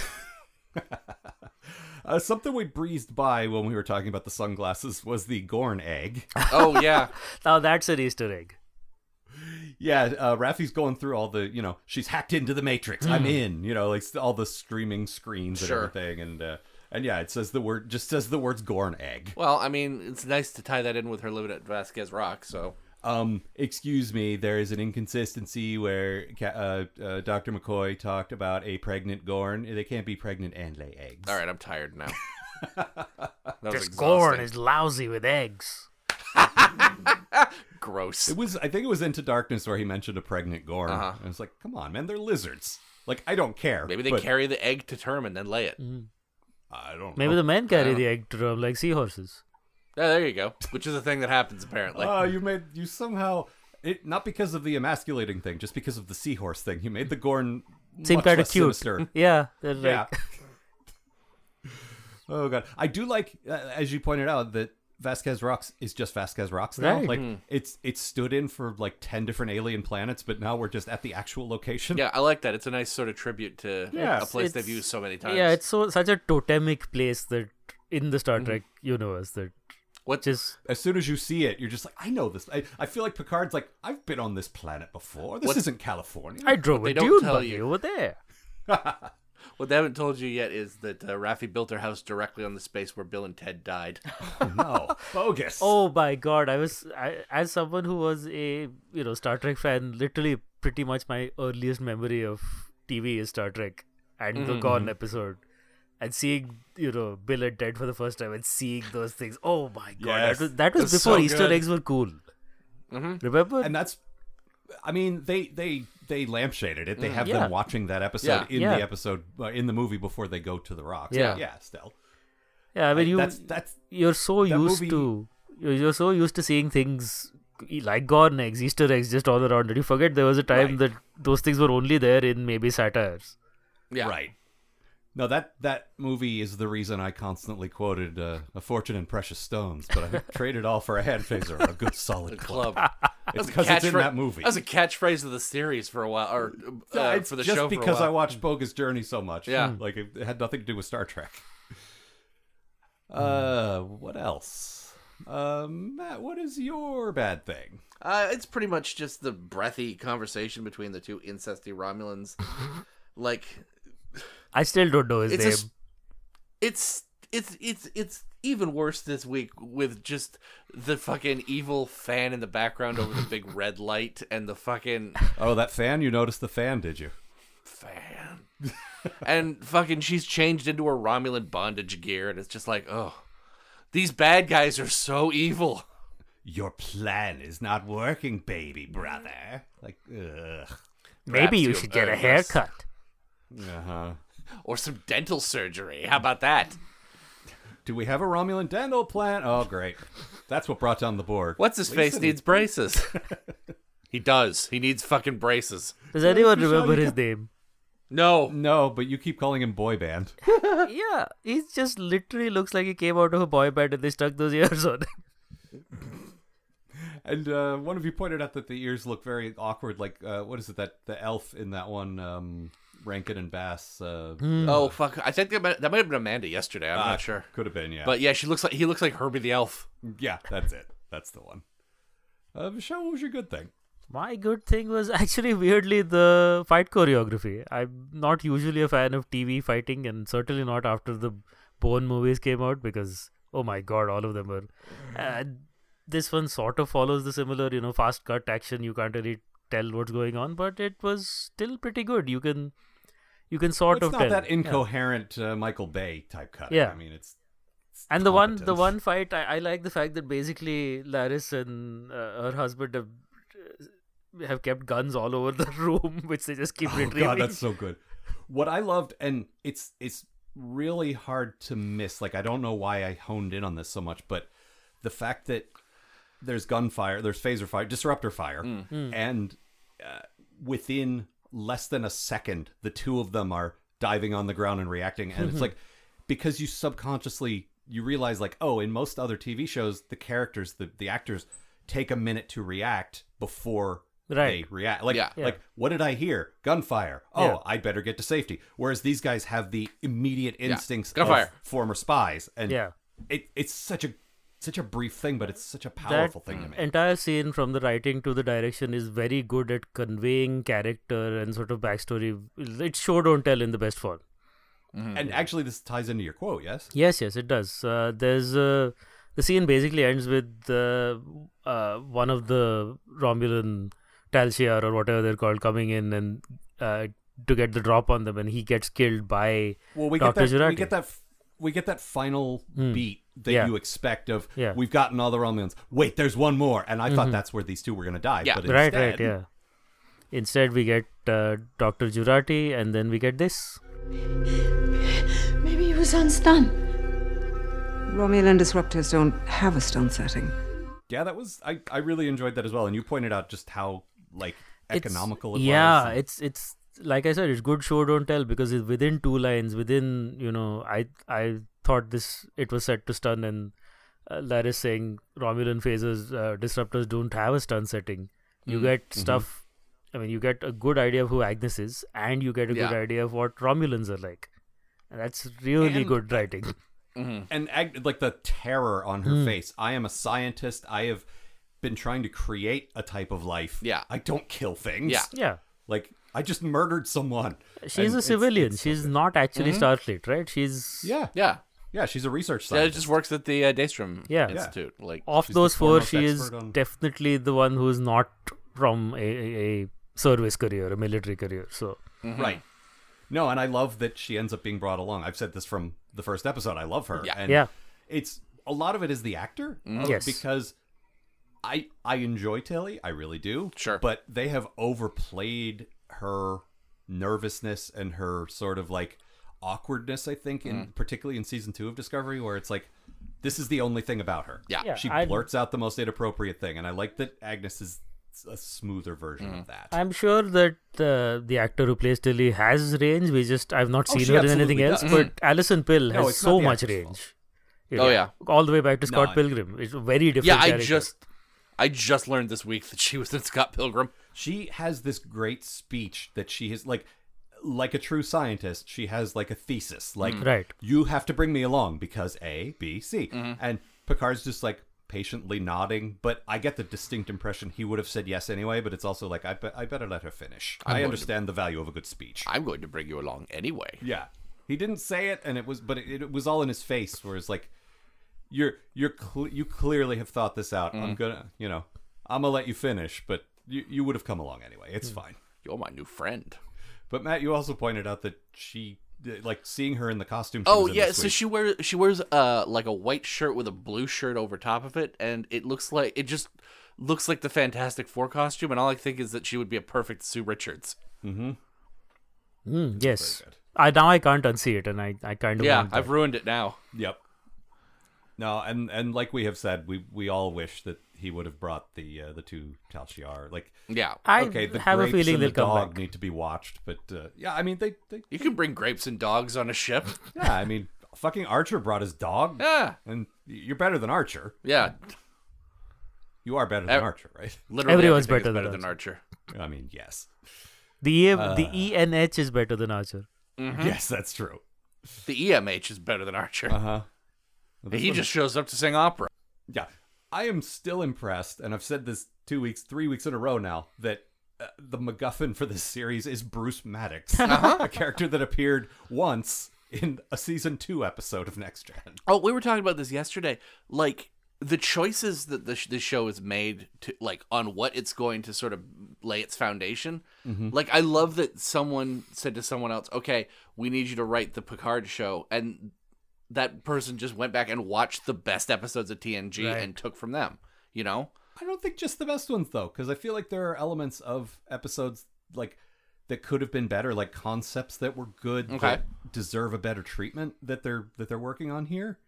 Uh, something we breezed by when we were talking about the sunglasses was the Gorn egg. Oh yeah, now that's an Easter egg. yeah, uh, Raffi's going through all the, you know, she's hacked into the Matrix. I'm in, you know, like st- all the streaming screens and Hmm. Sure. everything, and uh, and yeah, it says the word, just says the words Gorn egg. Well, I mean, it's nice to tie that in with her living at Vasquez Rock, so. Um, excuse me, there is an inconsistency where ca- uh, uh, Dr. McCoy talked about a pregnant Gorn. They can't be pregnant and lay eggs. All right, I'm tired now. That was This exhausting. Gorn is lousy with eggs. gross. It was, I think it was Into Darkness where he mentioned a pregnant Gorn. Uh-huh. And it's like, come on, man, they're lizards. Like, I don't care. Maybe they but carry the egg to term and then lay it. Mm-hmm. I don't know. Maybe the men carry the egg drum like seahorses. Yeah, there you go. Which is a thing that happens apparently. Uh, Oh, you made you somehow it not because of the emasculating thing, just because of the seahorse thing. You made the Gorn Seem much kind of less cute. sinister. Yeah, they're yeah. like oh god, I do like uh, as you pointed out that Vasquez Rocks is just Vasquez Rocks now. Right. Like Hmm. it's it's stood in for like ten different alien planets, but now we're just at the actual location. yeah, I like that. It's a nice sort of tribute to Yeah. a place It's- they've used so many times. Yeah, it's so such a totemic place that in the Star Trek universe that what which is As soon as you see it, you're just like, I know this. I, I feel like Picard's like, I've been on this planet before. This What- is isn't California. I drove a But they don't dune tell buggy you. over there. what they haven't told you yet is that uh, Raffi built her house directly on the space where Bill and Ted died. no, bogus. Oh my god! I was I, as someone who was a you know Star Trek fan. Literally, pretty much my earliest memory of TV is Star Trek and the Gorn episode, and seeing you know Bill and Ted for the first time and seeing those things. Oh my god! Yes. that was, that was That's before so Easter good. eggs were cool. Remember? and that's i mean they they they lampshaded it they have Yeah. them watching that episode Yeah. in Yeah. the episode uh, in the movie before they go to the rocks Yeah. yeah still yeah, I mean you. that's that's you're so That used movie- to you're, you're so used to seeing things e, like Gorn eggs, Easter eggs, just all around that you forget there was a time Right. that those things were only there in maybe satires. Yeah. right no that that movie is the reason i constantly quoted uh, a fortune in precious stones but i trade it all for a hand phaser or a good solid club Club. It's a because it's in catchphr- that movie. That was a catchphrase of the series for a while, or uh, Yeah, for the just show. because for a I while. watched Bogus Journey so much. Yeah. like it it had nothing to do with Star Trek. Hmm. Uh, what else? Um, Matt, what is your bad thing? Uh, it's pretty much just the breathy conversation between the two incesty Romulans. like I still don't know his it's a name. s- it's it's it's it's even worse this week with just the fucking evil fan in the background over the big red light and the fucking Oh, that fan. You noticed the fan, did you? fan. and fucking she's changed into her Romulan bondage gear and it's just like, "Oh, these bad guys are so evil." Your plan is not working, baby brother. Like, ugh. Maybe you you've should get a earned this. haircut. Uh huh. Or some dental surgery. How about that? Do we have a Romulan dental plan? Oh, great. That's what brought down the board. What's his face needs braces. he does. He needs fucking braces. Does anyone you saw remember you his name? No. No, but you keep calling him boy band. yeah, he just literally looks like he came out of a boy band and they stuck those ears on. him. And uh, one of you pointed out that the ears look very awkward. Like, uh, what is it that the elf in that one, um, Rankin and Bass? Uh, Mm. Oh fuck! I think that might, that might have been Amanda yesterday. I'm uh, not sure, Could have been, yeah. but yeah, she looks like he looks like Herbie the Elf. yeah, that's it. That's the one. Uh, Michelle, what was your good thing? My good thing was actually weirdly the fight choreography. I'm not usually a fan of TV fighting, and certainly not after the Bone movies came out because oh my god, all of them were. Uh, this one sort of follows the similar, you know, fast cut action. You can't really tell what's going on, but it was still pretty good. You can, you can sort it's of not tell. that Yeah. incoherent uh, Michael Bay type cut. Yeah. I mean, it's. it's And the one, the competence. one fight, I, I like the fact that basically Laris and uh, her husband have, uh, have kept guns all over the room, which they just keep Oh retrieving. god, that's so good. What I loved, and it's it's really hard to miss. Like I don't know why I honed in on this so much, but the fact that there's gunfire, there's phaser fire, disruptor fire, Mm. and uh, within less than a second, the two of them are diving on the ground and reacting, and it's Mm-hmm. like because you subconsciously you realize like oh, in most other TV shows, the characters, the the actors take a minute to react before they Right. react. Like Yeah. like what did I hear? Gunfire. Oh, Yeah. I better get to safety. Whereas these guys have the immediate instincts of Gunfire. former spies, and Yeah. it, it's such a such a brief thing, but it's such a powerful thing to me. entire scene from the writing to the direction is very good at conveying character and sort of backstory. It's show don't tell in the best form. and Mm-hmm. actually, this ties into your quote, yes? Yes, yes, it does. Uh, there's uh, the scene basically ends with uh, uh, one of the Romulan Talshiar or whatever they're called coming in and uh, to get the drop on them, and he gets killed by Well, we Dr. get that. We Jurati. get that. f- We get that final beat that Mm. Yeah. you expect of. Yeah. We've gotten all the Romulans. Wait, there's one more, and I thought that's where these two were going to die. Yeah. but right, instead, right, yeah. Instead, we get uh, Doctor Jurati, and then we get this. Maybe he was on stun. Romulan disruptors don't have a stun setting. yeah, that was. I I really enjoyed that as well, and you pointed out just how like It's- economical it yeah, was. and- it's it's like I said, it's good show don't tell because it's within two lines. Within you know, I I thought this it was set to stun, and uh, Laris saying Romulan phasers uh, disruptors don't have a stun setting. You Mm-hmm. get stuff. I mean, you get a good idea of who Agnes is, and you get a good Yeah. idea of what Romulans are like. And that's really And- good writing. and ag- like the terror on her Hmm. face. I am a scientist. I have been trying to create a type of life. Yeah. I don't kill things. Yeah. yeah. like I just murdered someone. And She's a it's- civilian. it's- Mm-hmm. She's not actually Starfleet, right? She's yeah, Yeah, yeah. She's a research that scientist. just works at the uh, Daystrom Yeah. Yeah. Institute. Like, of She's the those four, foremost she is expert on- definitely the one who's not from a, a, a service career, a military career. So mm-hmm. Right. No, and I love that she ends up being brought along. I've said this from the first episode. I love her. Yeah. And Yeah. It's a lot of it is the actor. Mm. uh, Yes. Because I I enjoy Tilly. I really do. Sure. But they have overplayed her nervousness and her sort of like awkwardness, I think, in Mm. particularly in season two of Discovery, where it's like this is the only thing about her. Yeah. Yeah, She I'd- blurts out the most inappropriate thing. And I like that Agnes is a smoother version Mm. of that. I'm sure that uh, the actor who plays Tilly has range. We just I've not Oh, seen she her in anything absolutely else, does. but Alison Pill No, has it's not so the much actor's range. fault. Oh, yeah. all the way back to Scott I- Pilgrim. It's a very different. yeah, I character. just I just learned this week that she was in Scott Pilgrim. she has this great speech that she has like like a true scientist she has like a thesis like Right. you have to bring me along because a b C. and picard's just like patiently nodding but i get the distinct impression he would have said yes anyway but it's also like i, be- I better let her finish i, understand the value of a good speech I'm going to bring you along anyway. yeah he didn't say it and it was but it, it was all in his face whereas like you're you're cl- you clearly have thought this out i'm gonna you know i'm gonna let you finish but you, you would have come along anyway it's fine You're my new friend. But Matt, you also pointed out that she, like, seeing her in the costume. She Oh was in yeah, this so week- she wears she wears uh like a white shirt with a blue shirt over top of it, and it looks like it just looks like the Fantastic Four costume. And all I think is that she would be a perfect Sue Richards. Mm, yes. I now I can't unsee it, and I, I kind of Yeah, want that. I've ruined it now. Yep. No, and and like we have said, we we all wish that he would have brought the uh, the two Tal Shiar. Like, Yeah, I okay, the have a grapes feeling and the they'll come dog back. need to be watched, but uh, yeah, I mean they, they you can bring grapes and dogs on a ship. yeah, I mean fucking Archer brought his dog, Yeah, and you're better than Archer. yeah. You are better than Ev- Artcher, right? Literally, Everyone's everything better is than better us. than Archer. I mean, yes, The E- the ENH is better than Archer. mm-hmm. yes, that's true. The EMH is better than Archer. Uh huh. he just shows up to sing opera. Yeah. I am still impressed, and I've said this two weeks, three weeks in a row now, that uh, the MacGuffin for this series is Bruce Maddox, a character that appeared once in a season two episode of Next Gen. Oh, we were talking about this yesterday. Like the choices that the, sh- the show is made to like on what it's going to sort of lay its foundation. Mm-hmm. Like I love that someone said to someone else, "Okay, we need you to write the Picard show," and that person just went back and watched the best episodes of TNG Right. and took from them. You know? I don't think just the best ones, though, because I feel like there are elements of episodes like that could have been better, like concepts that were good Okay. that deserve a better treatment that they're that they're working on here.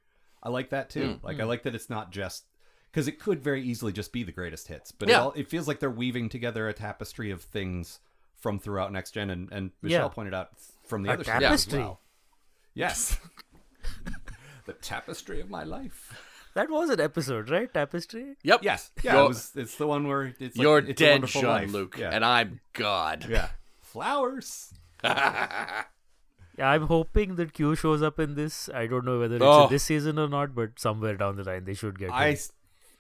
I like that too. Mm, Like I like that it's not just because it could very easily just be the greatest hits, but it, Yeah. all, it feels like they're weaving together a tapestry of things from throughout Next Gen, and, and Michelle Yeah. pointed out from the A other shows as tapestry. well. Yes, the tapestry of my life. That was an episode, right? Tapestry. Yep. Yes, yeah, You're, it was, it's the one where it's like, you're it's a dead, wonderful Sean life. Luke, Yeah. and I'm God. Yeah. Flowers. Yeah, I'm hoping that Q shows up in this. I don't know whether it's Oh. in this season or not, but somewhere down the line they should get. I, him. s-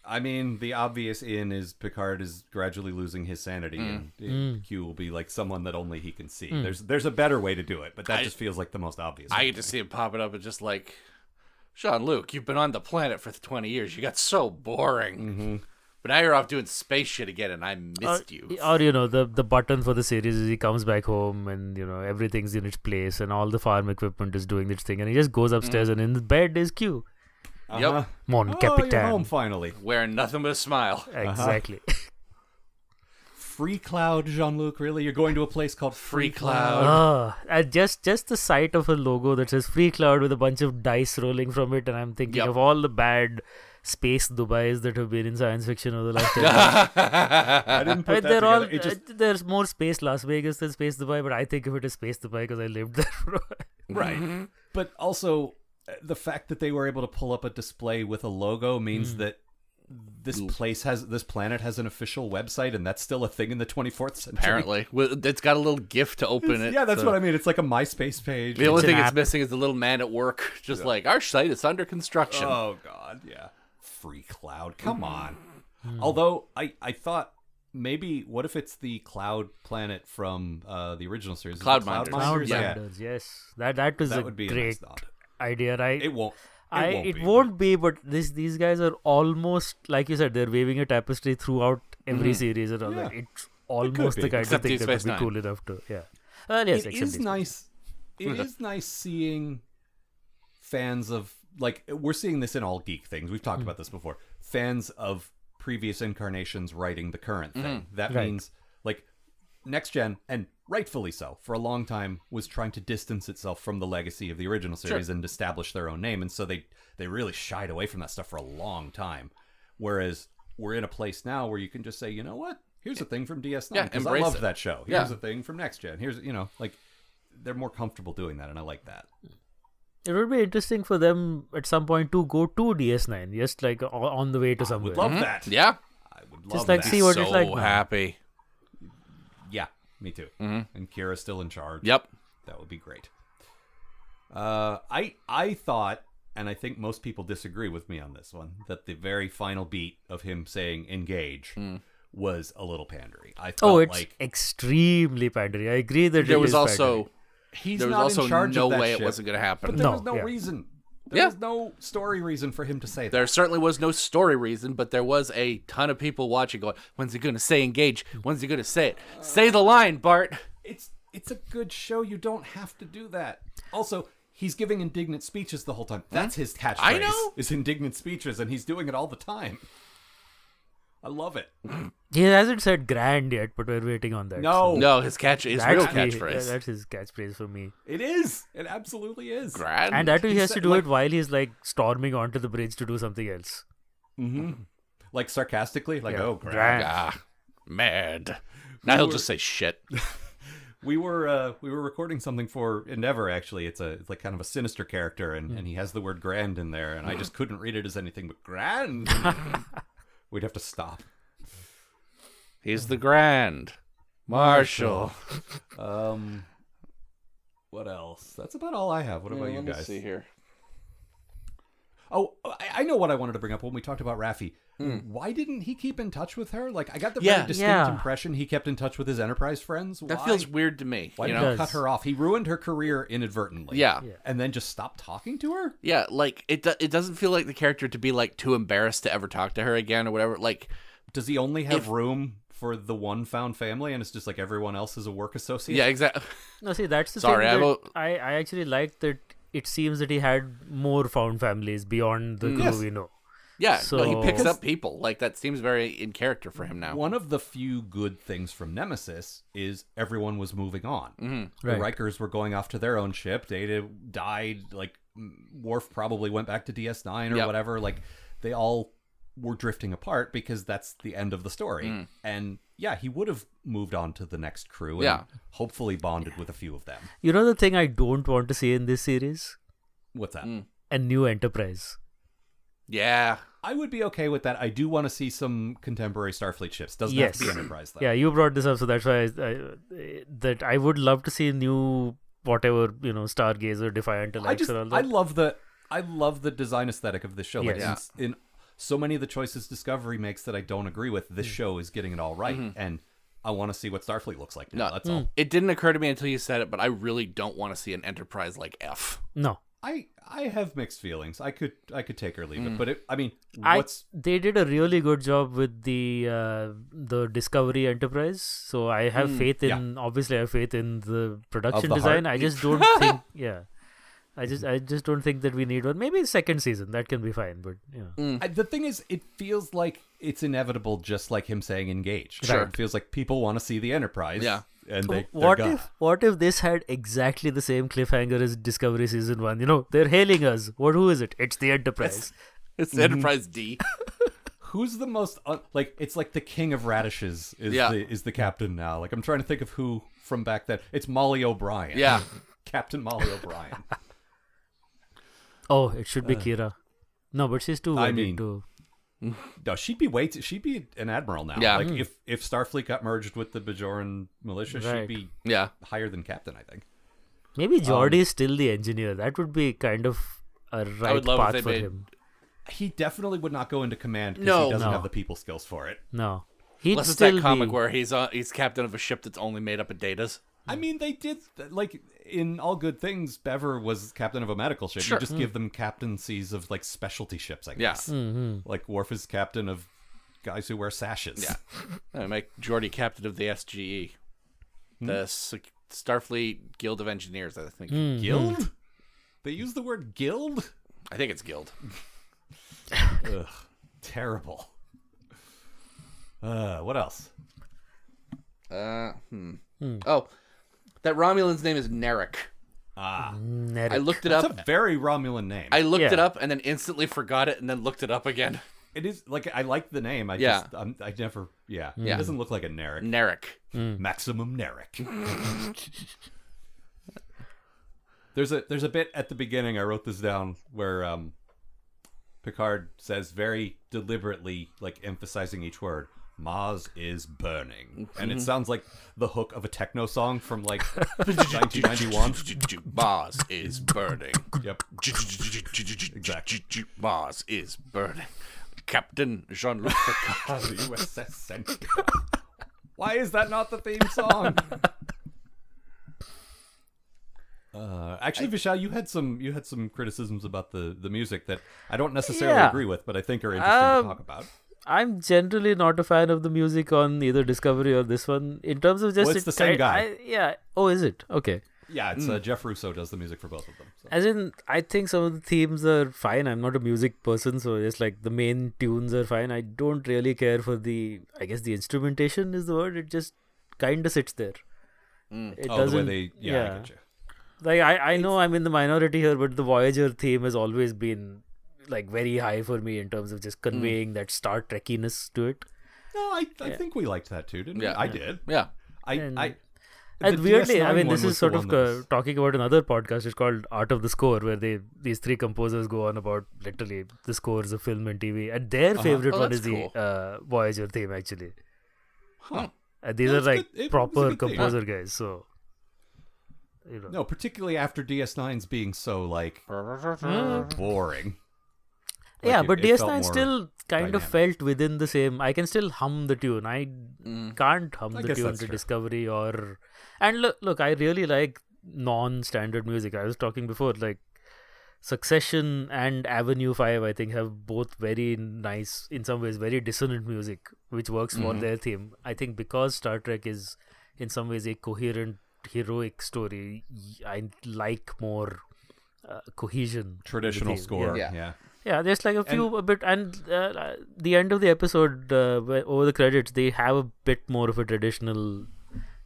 I mean, the obvious in is Picard is gradually losing his sanity, Mm. and Mm. Q will be like someone that only he can see. There's there's a better way to do it, but that just feels like the most obvious. I get to see him popping up and just like, Sean Luke, you've been on the planet for 20 years. You got so boring. Mm-hmm. But now you're off doing space shit again, and I missed or, you. or you know the the button for the series is he comes back home and you know everything's in its place and all the farm equipment is doing its thing and he just Mm-hmm. goes upstairs and in the bed is Q. uh, Yep. Mon Oh, you're Capitan. home finally. Wearing nothing but a smile. Exactly. Free Cloud, Jean Luc. Really, you're going to a place called Free, Free cloud. Ah, and just just the sight of a logo that says Free Cloud with a bunch of dice rolling from it, and I'm thinking Yep. of all the bad space Dubais that have been in science fiction over the last. 10 years. I didn't I put mean, that they're together. all It just uh, there's more space Las Vegas than space Dubai, but I think of it as space Dubai because I lived there. For a while. right but also uh, the fact that they were able to pull up a display with a logo Hmm. means that this place has this planet has an official website and that's still a thing in the 24th century Apparently. Well, It's got a little gift to open it. yeah that's so- what i mean it's like a myspace page The only It's an thing it's app. missing is the little man at work, just like, our site is under construction. oh god yeah free cloud come Hmm. on although i i thought maybe what if it's the cloud planet from uh the original series Is it Cloud cloud Minders. Cloud minders? yeah Minders, yes, that that was that a would be a nice great thought idea. I it won't it I won't it be, but- won't be, but this these guys are almost like you said they're waving a tapestry throughout every series and all that. Mm-hmm. Yeah. It's almost be. the kind Except of thing Deep that would Space be Nine. cool enough to yeah. Well, yes, it except is Deep Space nice. It is nice seeing fans of like we're seeing this in all geek things. We've talked about this before. Fans of previous incarnations writing the current Hmm. thing. That Right. means like next gen and rightfully so for a long time was trying to distance itself from the legacy of the original series and establish their own name and so they they really shied away from that stuff for a long time whereas we're in a place now where you can just say you know what here's a thing from ds9 Yeah, because i embrace loved it. that show here's Yeah. a thing from next gen here's you know like they're more comfortable doing that and i like that Nine. It would be interesting for them at some point to go to DS9, just like o- on the way to somewhere. would love that Mm-hmm. Yeah. i would would love Just like that. see what so it's like. now. happy. Yeah, me too. And Kira's still in charge. Mm-hmm. Yep. That would be great. Uh, I I thought, and I think most people disagree with me on this one, that the very final beat of him saying "engage" Hmm. was a little pandery. I felt Oh, it's like extremely pandery. I agree that There it was is also he's there was not also in charge no of that way it shit. wasn't going to happen. But there No, was no yeah. reason. There Yeah. was no story reason for him to say that. There certainly was no story reason, but there was a ton of people watching going, when's he going to say engage? When's he going to say it? Say the line, Bart. It's it's a good show. You don't have to do that. Also, he's giving indignant speeches the whole time. That's his catchphrase. I know. is indignant speeches, and he's doing it all the time. I love it. Pandery. He hasn't said grand yet, but we're waiting on that. No, No, his catch his Oh. that's real the- catchphrase. that's his catchphrase for me. it is. It absolutely is. Grand. And that too, he He has to said, do like- it while he's like storming onto the bridge to do something else. Like sarcastically, like Yeah. oh, crap. Grand. ah, mad. Now he'll just say shit. we were uh, we were recording something for Endeavor. Actually, it's a it's like kind of a sinister character, Hmm. and, and he has the word grand in there, and I just couldn't read it as anything but grand. We'd have to stop. He's the grand marshal. Um, what else? That's about all I have. What about you guys? here. Oh, I, I know what I wanted to bring up when we talked about Raffi. Why didn't he keep in touch with her? Like, I got the Hmm. Yeah. very distinct Yeah. impression he kept in touch with his Enterprise friends. That Why? feels weird to me. Why you did know? he cut her off? He ruined her career inadvertently. Yeah. Yeah. And then just stopped talking to her? Yeah, like it. do- It doesn't feel like the character to be like too embarrassed to ever talk to her again or whatever. Like, Does he only have If- room for the one found family and it's just like everyone else is a work associate? yeah, exactly. No, see, that's the Sorry, I thing. that will- I, I actually like that it seems that he had more found families beyond the crew Mm. Yes. we know. Yeah, no, So- he picks Because- up people. Like that seems very in character for him now. One of the few good things from Nemesis is everyone was moving on. Mm-hmm. The Right. Rikers were going off to their own ship. Data died. Like mm, Worf probably went back to DS9 or Yep. whatever. Like they all were drifting apart because that's the end of the story. Mm. And yeah, he would have moved on to the next crew. And Yeah. Hopefully bonded with a few of them. You know the thing I don't want to see in this series? What's that? Mm. A new Enterprise. Yeah, I would be okay with that. I do want to see some contemporary Starfleet ships. Doesn't yes. have to be Enterprise though. Yeah, you brought this up, so that's why I, I, that I would love to see new whatever you know Stargazer, Defiant, I Alex, just and all I that. love the I love the design aesthetic of this show. Like Yes. it's in so many of the choices Discovery makes that I don't agree with, Mm. this show is getting it all right, Mm-hmm. and I want to see what Starfleet looks like now. No. That's Mm. all. it didn't occur to me until you said it, but I really don't want to see an Enterprise like F. no, I I have mixed feelings. I could I could take or leave it, but it, I mean, Mm. I, what's they did a really good job with the uh, the Discovery Enterprise. So I have faith in obviously I have faith in Hmm, the Mm-hmm. production the design. heart. I just don't think yeah. I just I just don't think that we need one. Maybe second season that can be fine, but yeah. I, the thing is? It feels like it's inevitable, just like him saying engaged. Sure. it feels like people want to see the Enterprise. Yeah. and they they're what gone. if what if this had exactly the same cliffhanger as Discovery season one? You know they're hailing us. What who is it? It's the Enterprise. It's the Enterprise D. Who's the most un- like? It's like the king of radishes is Yeah. the is the captain now. Like I'm trying to think of who from back then. It's Molly O'Brien. Yeah. Captain Molly O'Brien. Oh, it should be Kira. No, but she's too I worried mean- to. No, she'd be way. T- she'd be an admiral now. Yeah. Like Hmm. if if Starfleet got merged with the Bajoran militia, Right. she'd be Yeah, higher than captain. I think. Um, Maybe Geordi is still the engineer. That would be kind of a right would love if path they for made- him. He definitely would not go into command because No. he doesn't No. have the people skills for it. No, he'd unless it's still that comic be... where he's uh, he's captain of a ship that's only made up of datas. Hmm. I mean, they did like in all good things. Bever was captain of a medical ship. Sure. You just Hmm. give them captaincies of like specialty ships. I Yeah, Hmm. guess. Like Worf is captain of guys who wear sashes. Yeah. I make Geordi captain of the SGE, the Sec- Starfleet Guild of Engineers. I think Guild? They use the word guild? I think it's guild. Ugh. Terrible. Uh, what else? Uh, hmm. Oh, that Romulan's name is Narek. Ah. I Neric. looked it That's up. a very Romulan name. I looked it Yeah. up and then instantly forgot it and then looked it up again. it is like I like the name. I Yeah. just I'm, I never yeah. Yeah. It doesn't look like a Neric. Narek. Maximum Neric. there's a there's a bit at the beginning. I wrote this down where um, Picard says very deliberately, like emphasizing each word, Mars is burning. And it sounds like the hook of a techno song from like 1991. Mars is burning. Yep. Exactly. Mars is burning. Captain Jean Luc Picard. The USS Central. Why is that not the theme song? Uh, actually, Vishal, you had some you had some criticisms about the, the music that I don't necessarily Yeah. agree with, but I think are interesting Um, to talk about. I'm generally not a fan of the music on either Discovery or this one. In terms of just Well, it's the same I- guy. I- yeah. Oh, is it okay? Yeah, it's mm. uh, Jeff Russo does the music for both of them. So. As in, I think some of the themes are fine. I'm not a music person, so just like the main tunes are fine. I don't really care for the. I guess the instrumentation is the word. It just kind of sits there. It Oh, the way they yeah, I get you. Like I, I know I'm in the minority here, but the Voyager theme has always been like very high for me in terms of just Hmm. conveying that Star Trekiness to it. No, I, I think we liked that too, didn't Yeah. we? I did. Yeah. I, And- I And the weirdly, I DS9 mean, one this was is the sort one of that uh, was- talking about another podcast. It's called Art of the Score, where they these three composers go on about literally the scores of film and TV, and their Uh-huh. favorite Oh, one is that's cool. the uh, Voyager theme actually. Huh. And these Yeah, are it's good- like it was a proper good theme. composer guys, so you know. No, particularly after DS9's being so like Uh-huh. boring. Like, Uh, yeah, it- but it felt DS9 more still kind of dynamic. Mm. felt within the same. I can still hum the tune. I can't hum I the guess tune that's to true. Discovery or. And look, look, I really like non-standard music. I was talking before, like Succession and Avenue Five. I think have both very nice, in some ways, very dissonant music, which works Mm-hmm. for their theme. I think because Star Trek is, in some ways, a coherent heroic story. y- I like more uh, cohesion. in the traditional theme. score. Yeah. Yeah. Yeah, there's like a few a bit, and uh, the end of the episode uh, where- over the credits, they have a bit more of a traditional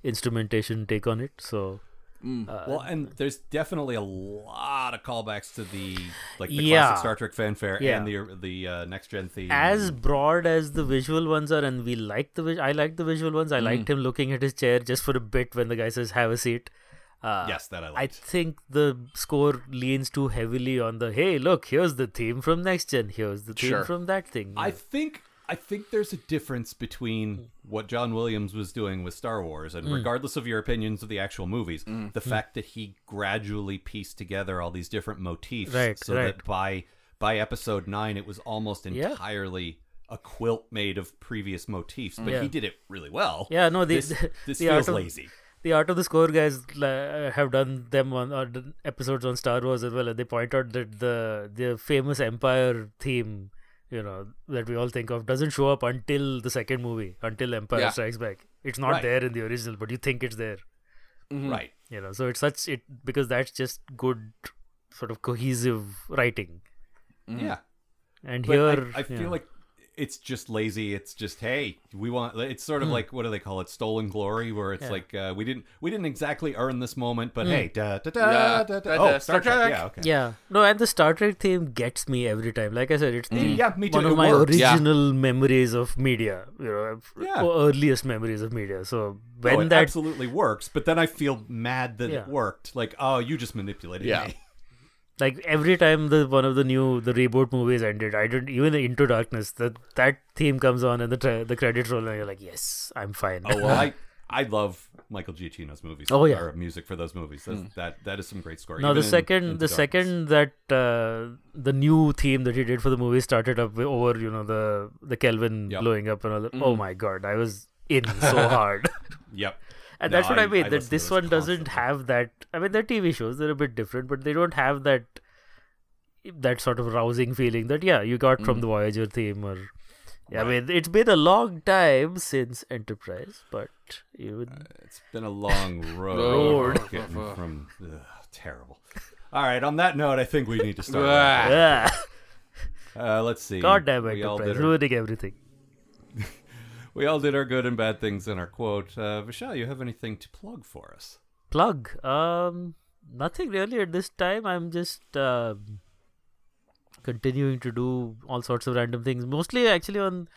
instrumentation take on it. So well, and there's definitely a lot of callbacks to the like the Yeah. classic Star Trek fanfare Yeah. and the the uh, next gen theme. as broad as the visual ones are, and we like the vis- I like the visual ones. Mm. I liked him looking at his chair just for a bit when the guy says, "Have a seat." Uh, yes, that I I liked. think the score leans too heavily on the hey, look, here's the theme from next gen, here's the theme Sure. from that thing. I think I think there's a difference between what John Williams was doing with Star Wars Mm. and regardless of your opinions of the actual movies, the fact that he gradually pieced together all these different motifs Right, so right. that by by episode 9 it was almost Yeah. entirely a quilt made of previous motifs, but Yeah. he did it really well. Yeah, no, the- this, this the art feels of- lazy. the art of the score guys uh, have done them on or done episodes on Star Wars as well, and they point out that the the famous Empire theme, you know, that we all think of, doesn't show up until the second movie, until Empire Yeah. Strikes Back. It's not Right. there in the original, but you think it's there, Mm-hmm. Right. you know. So it's such it because that's just good sort of cohesive writing. Mm-hmm. Yeah. And But here, I, I feel yeah. like it's just lazy. It's just hey, we want. It's sort of like what do they call it? Stolen glory, where it's Hmm. Yeah. Hmm. like uh, we didn't we didn't exactly earn this moment, but hey, da da da Yeah, da da. da, Oh, da, Star Star Trek. Trek. Yeah, okay. Yeah. No, and the Star Trek theme gets me every time. Like I said, it's the, Yeah, me Hmm. one too. of It my works. Yeah. original memories of media. You know, uh, Yeah. or earliest memories of media. So when Oh, it that absolutely works, but then I feel mad that Yeah. it worked. Like, oh, you just manipulated Yeah. me. like every time the one of the new the reboot movies ended, I didn't even Into Darkness. That that theme comes on and the tra- the credits roll, and you're like, yes, I'm fine. Oh well, I I love Michael Giacchino's movies. Oh, yeah. or music for those movies. Hmm. That's, That that is some great scoring. Now the Even in second Into the Darkness. second that uh, the new theme that he did for the movie started up with- over you know the the Kelvin Yep. blowing up and all that. Mm-hmm. Oh my god, I was in so hard. Yep. And No, that's what I, mean. listen that to this those one doesn't constantly. have that. I mean, they're TV shows; they're a bit different, but they don't have that that sort of rousing feeling that yeah you got from the Voyager theme. Or I mean, it's been a long time since Enterprise, but you It's been a long road. Road. Uh-huh. Getting from ugh, terrible. All right. On that note, I think we need to start. Ah. yeah, uh, let's see. goddamn we all, Enterprise did our, ruining everything. we all did our good and bad things in our quote. Uh, Vishal, you have anything to plug for us? Plug. Um, nothing really at this time. I'm just um continuing to do all sorts of random things, mostly actually on.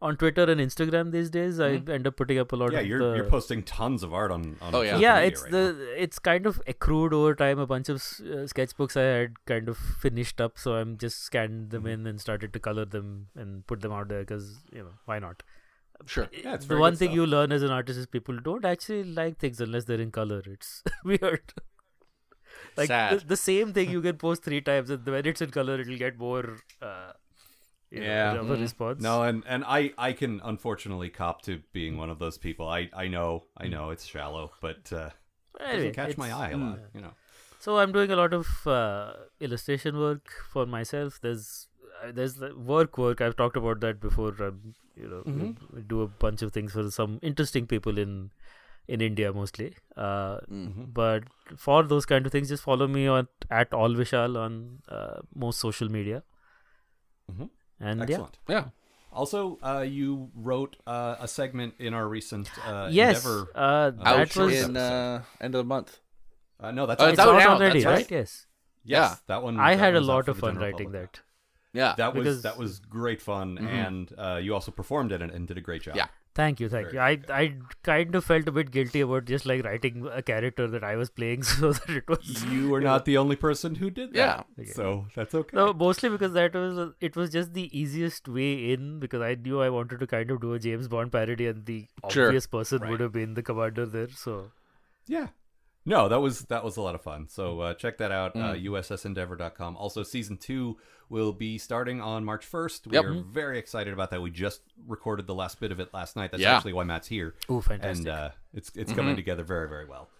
On Twitter and Instagram these days, I end up putting up a lot Mm-hmm. Yeah, of you're the- you're posting tons of art on. on Oh, yeah. social yeah media it's right the it's kind of accrued over time a bunch of s- uh, sketchbooks i had kind of finished up so Mm-hmm. i'm just scanned them in and started to color them and put them out there because you know why not Sure. Yeah, it's the very one good thing stuff. you learn as an artist is people don't actually like things unless they're in color. It's weird. like Sad. The, the same thing you can post three times, and when it's in color, it'll get more. Uh, you know, Yeah. Mm-hmm. of a response. No, and and I I can unfortunately cop to being one of those people. I I know I know it's shallow, but uh, Anyway, doesn't catch my it's- eye mm. a lot. You know. So I'm doing a lot of uh, illustration work for myself. There's uh, there's the work work. I've talked about that before. Um, you know, Mm-hmm. we do a bunch of things for some interesting people in in India mostly. Uh, Mm-hmm. But for those kind of things, just follow me on at all Vishal on uh, most social media. Mhm. And Excellent. Yeah. Also, uh, you wrote uh, a segment in our recent uh, yeah, yes, endeavor. uh, that Out was in uh, end of the month. Uh, no, that's Oh, it's out out now, already, that's right. Mm, right? Yes, Yeah. yes, that one. I that had a one's out lot for of the fun general writing public. that. Yeah. That was Because- that was great fun, and uh, you also performed in it and did a great job. Mm-hmm. Yeah. Thank you, thank you. I I kind of felt a bit guilty about just like writing a character that I was playing, so that it was you were not the only person who did that. Yeah, so that's okay. no mostly because that was it was just the easiest way in because I knew I wanted to kind of do a James Bond parody, and the Sure. obvious person would have been the commander there. So Yeah. No, that was that was a lot of fun. So Mm. uh, check that out, uh, ussendeavor.com. Also, season two will be starting on March first. We Yep. are Mm-hmm. very excited about that. We just recorded the last bit of it last night. That's Yeah. actually why Matt's here. Ooh, fantastic. Mm-hmm. And uh, it's it's coming together very very well.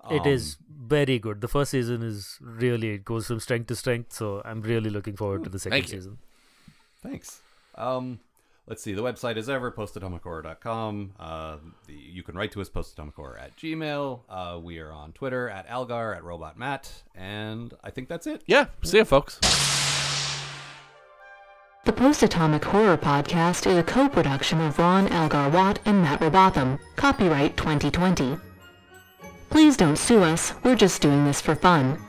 Um, Um, it is very good. The first season is really it goes from strength to strength. So I'm really looking forward to the second thank you. season. Thanks. Um, let's see. The website is ever postatomicor.com. Uh, the, you can write to us postatomicor at Gmail. Uh, we are on Twitter at Algar at Robot Matt, and I think that's it. Yeah. See ya, folks. The Post Atomic Horror Podcast is a co production of Ron Algar Watt and Matt Robotham. Copyright 2020. Please don't sue us, we're just doing this for fun.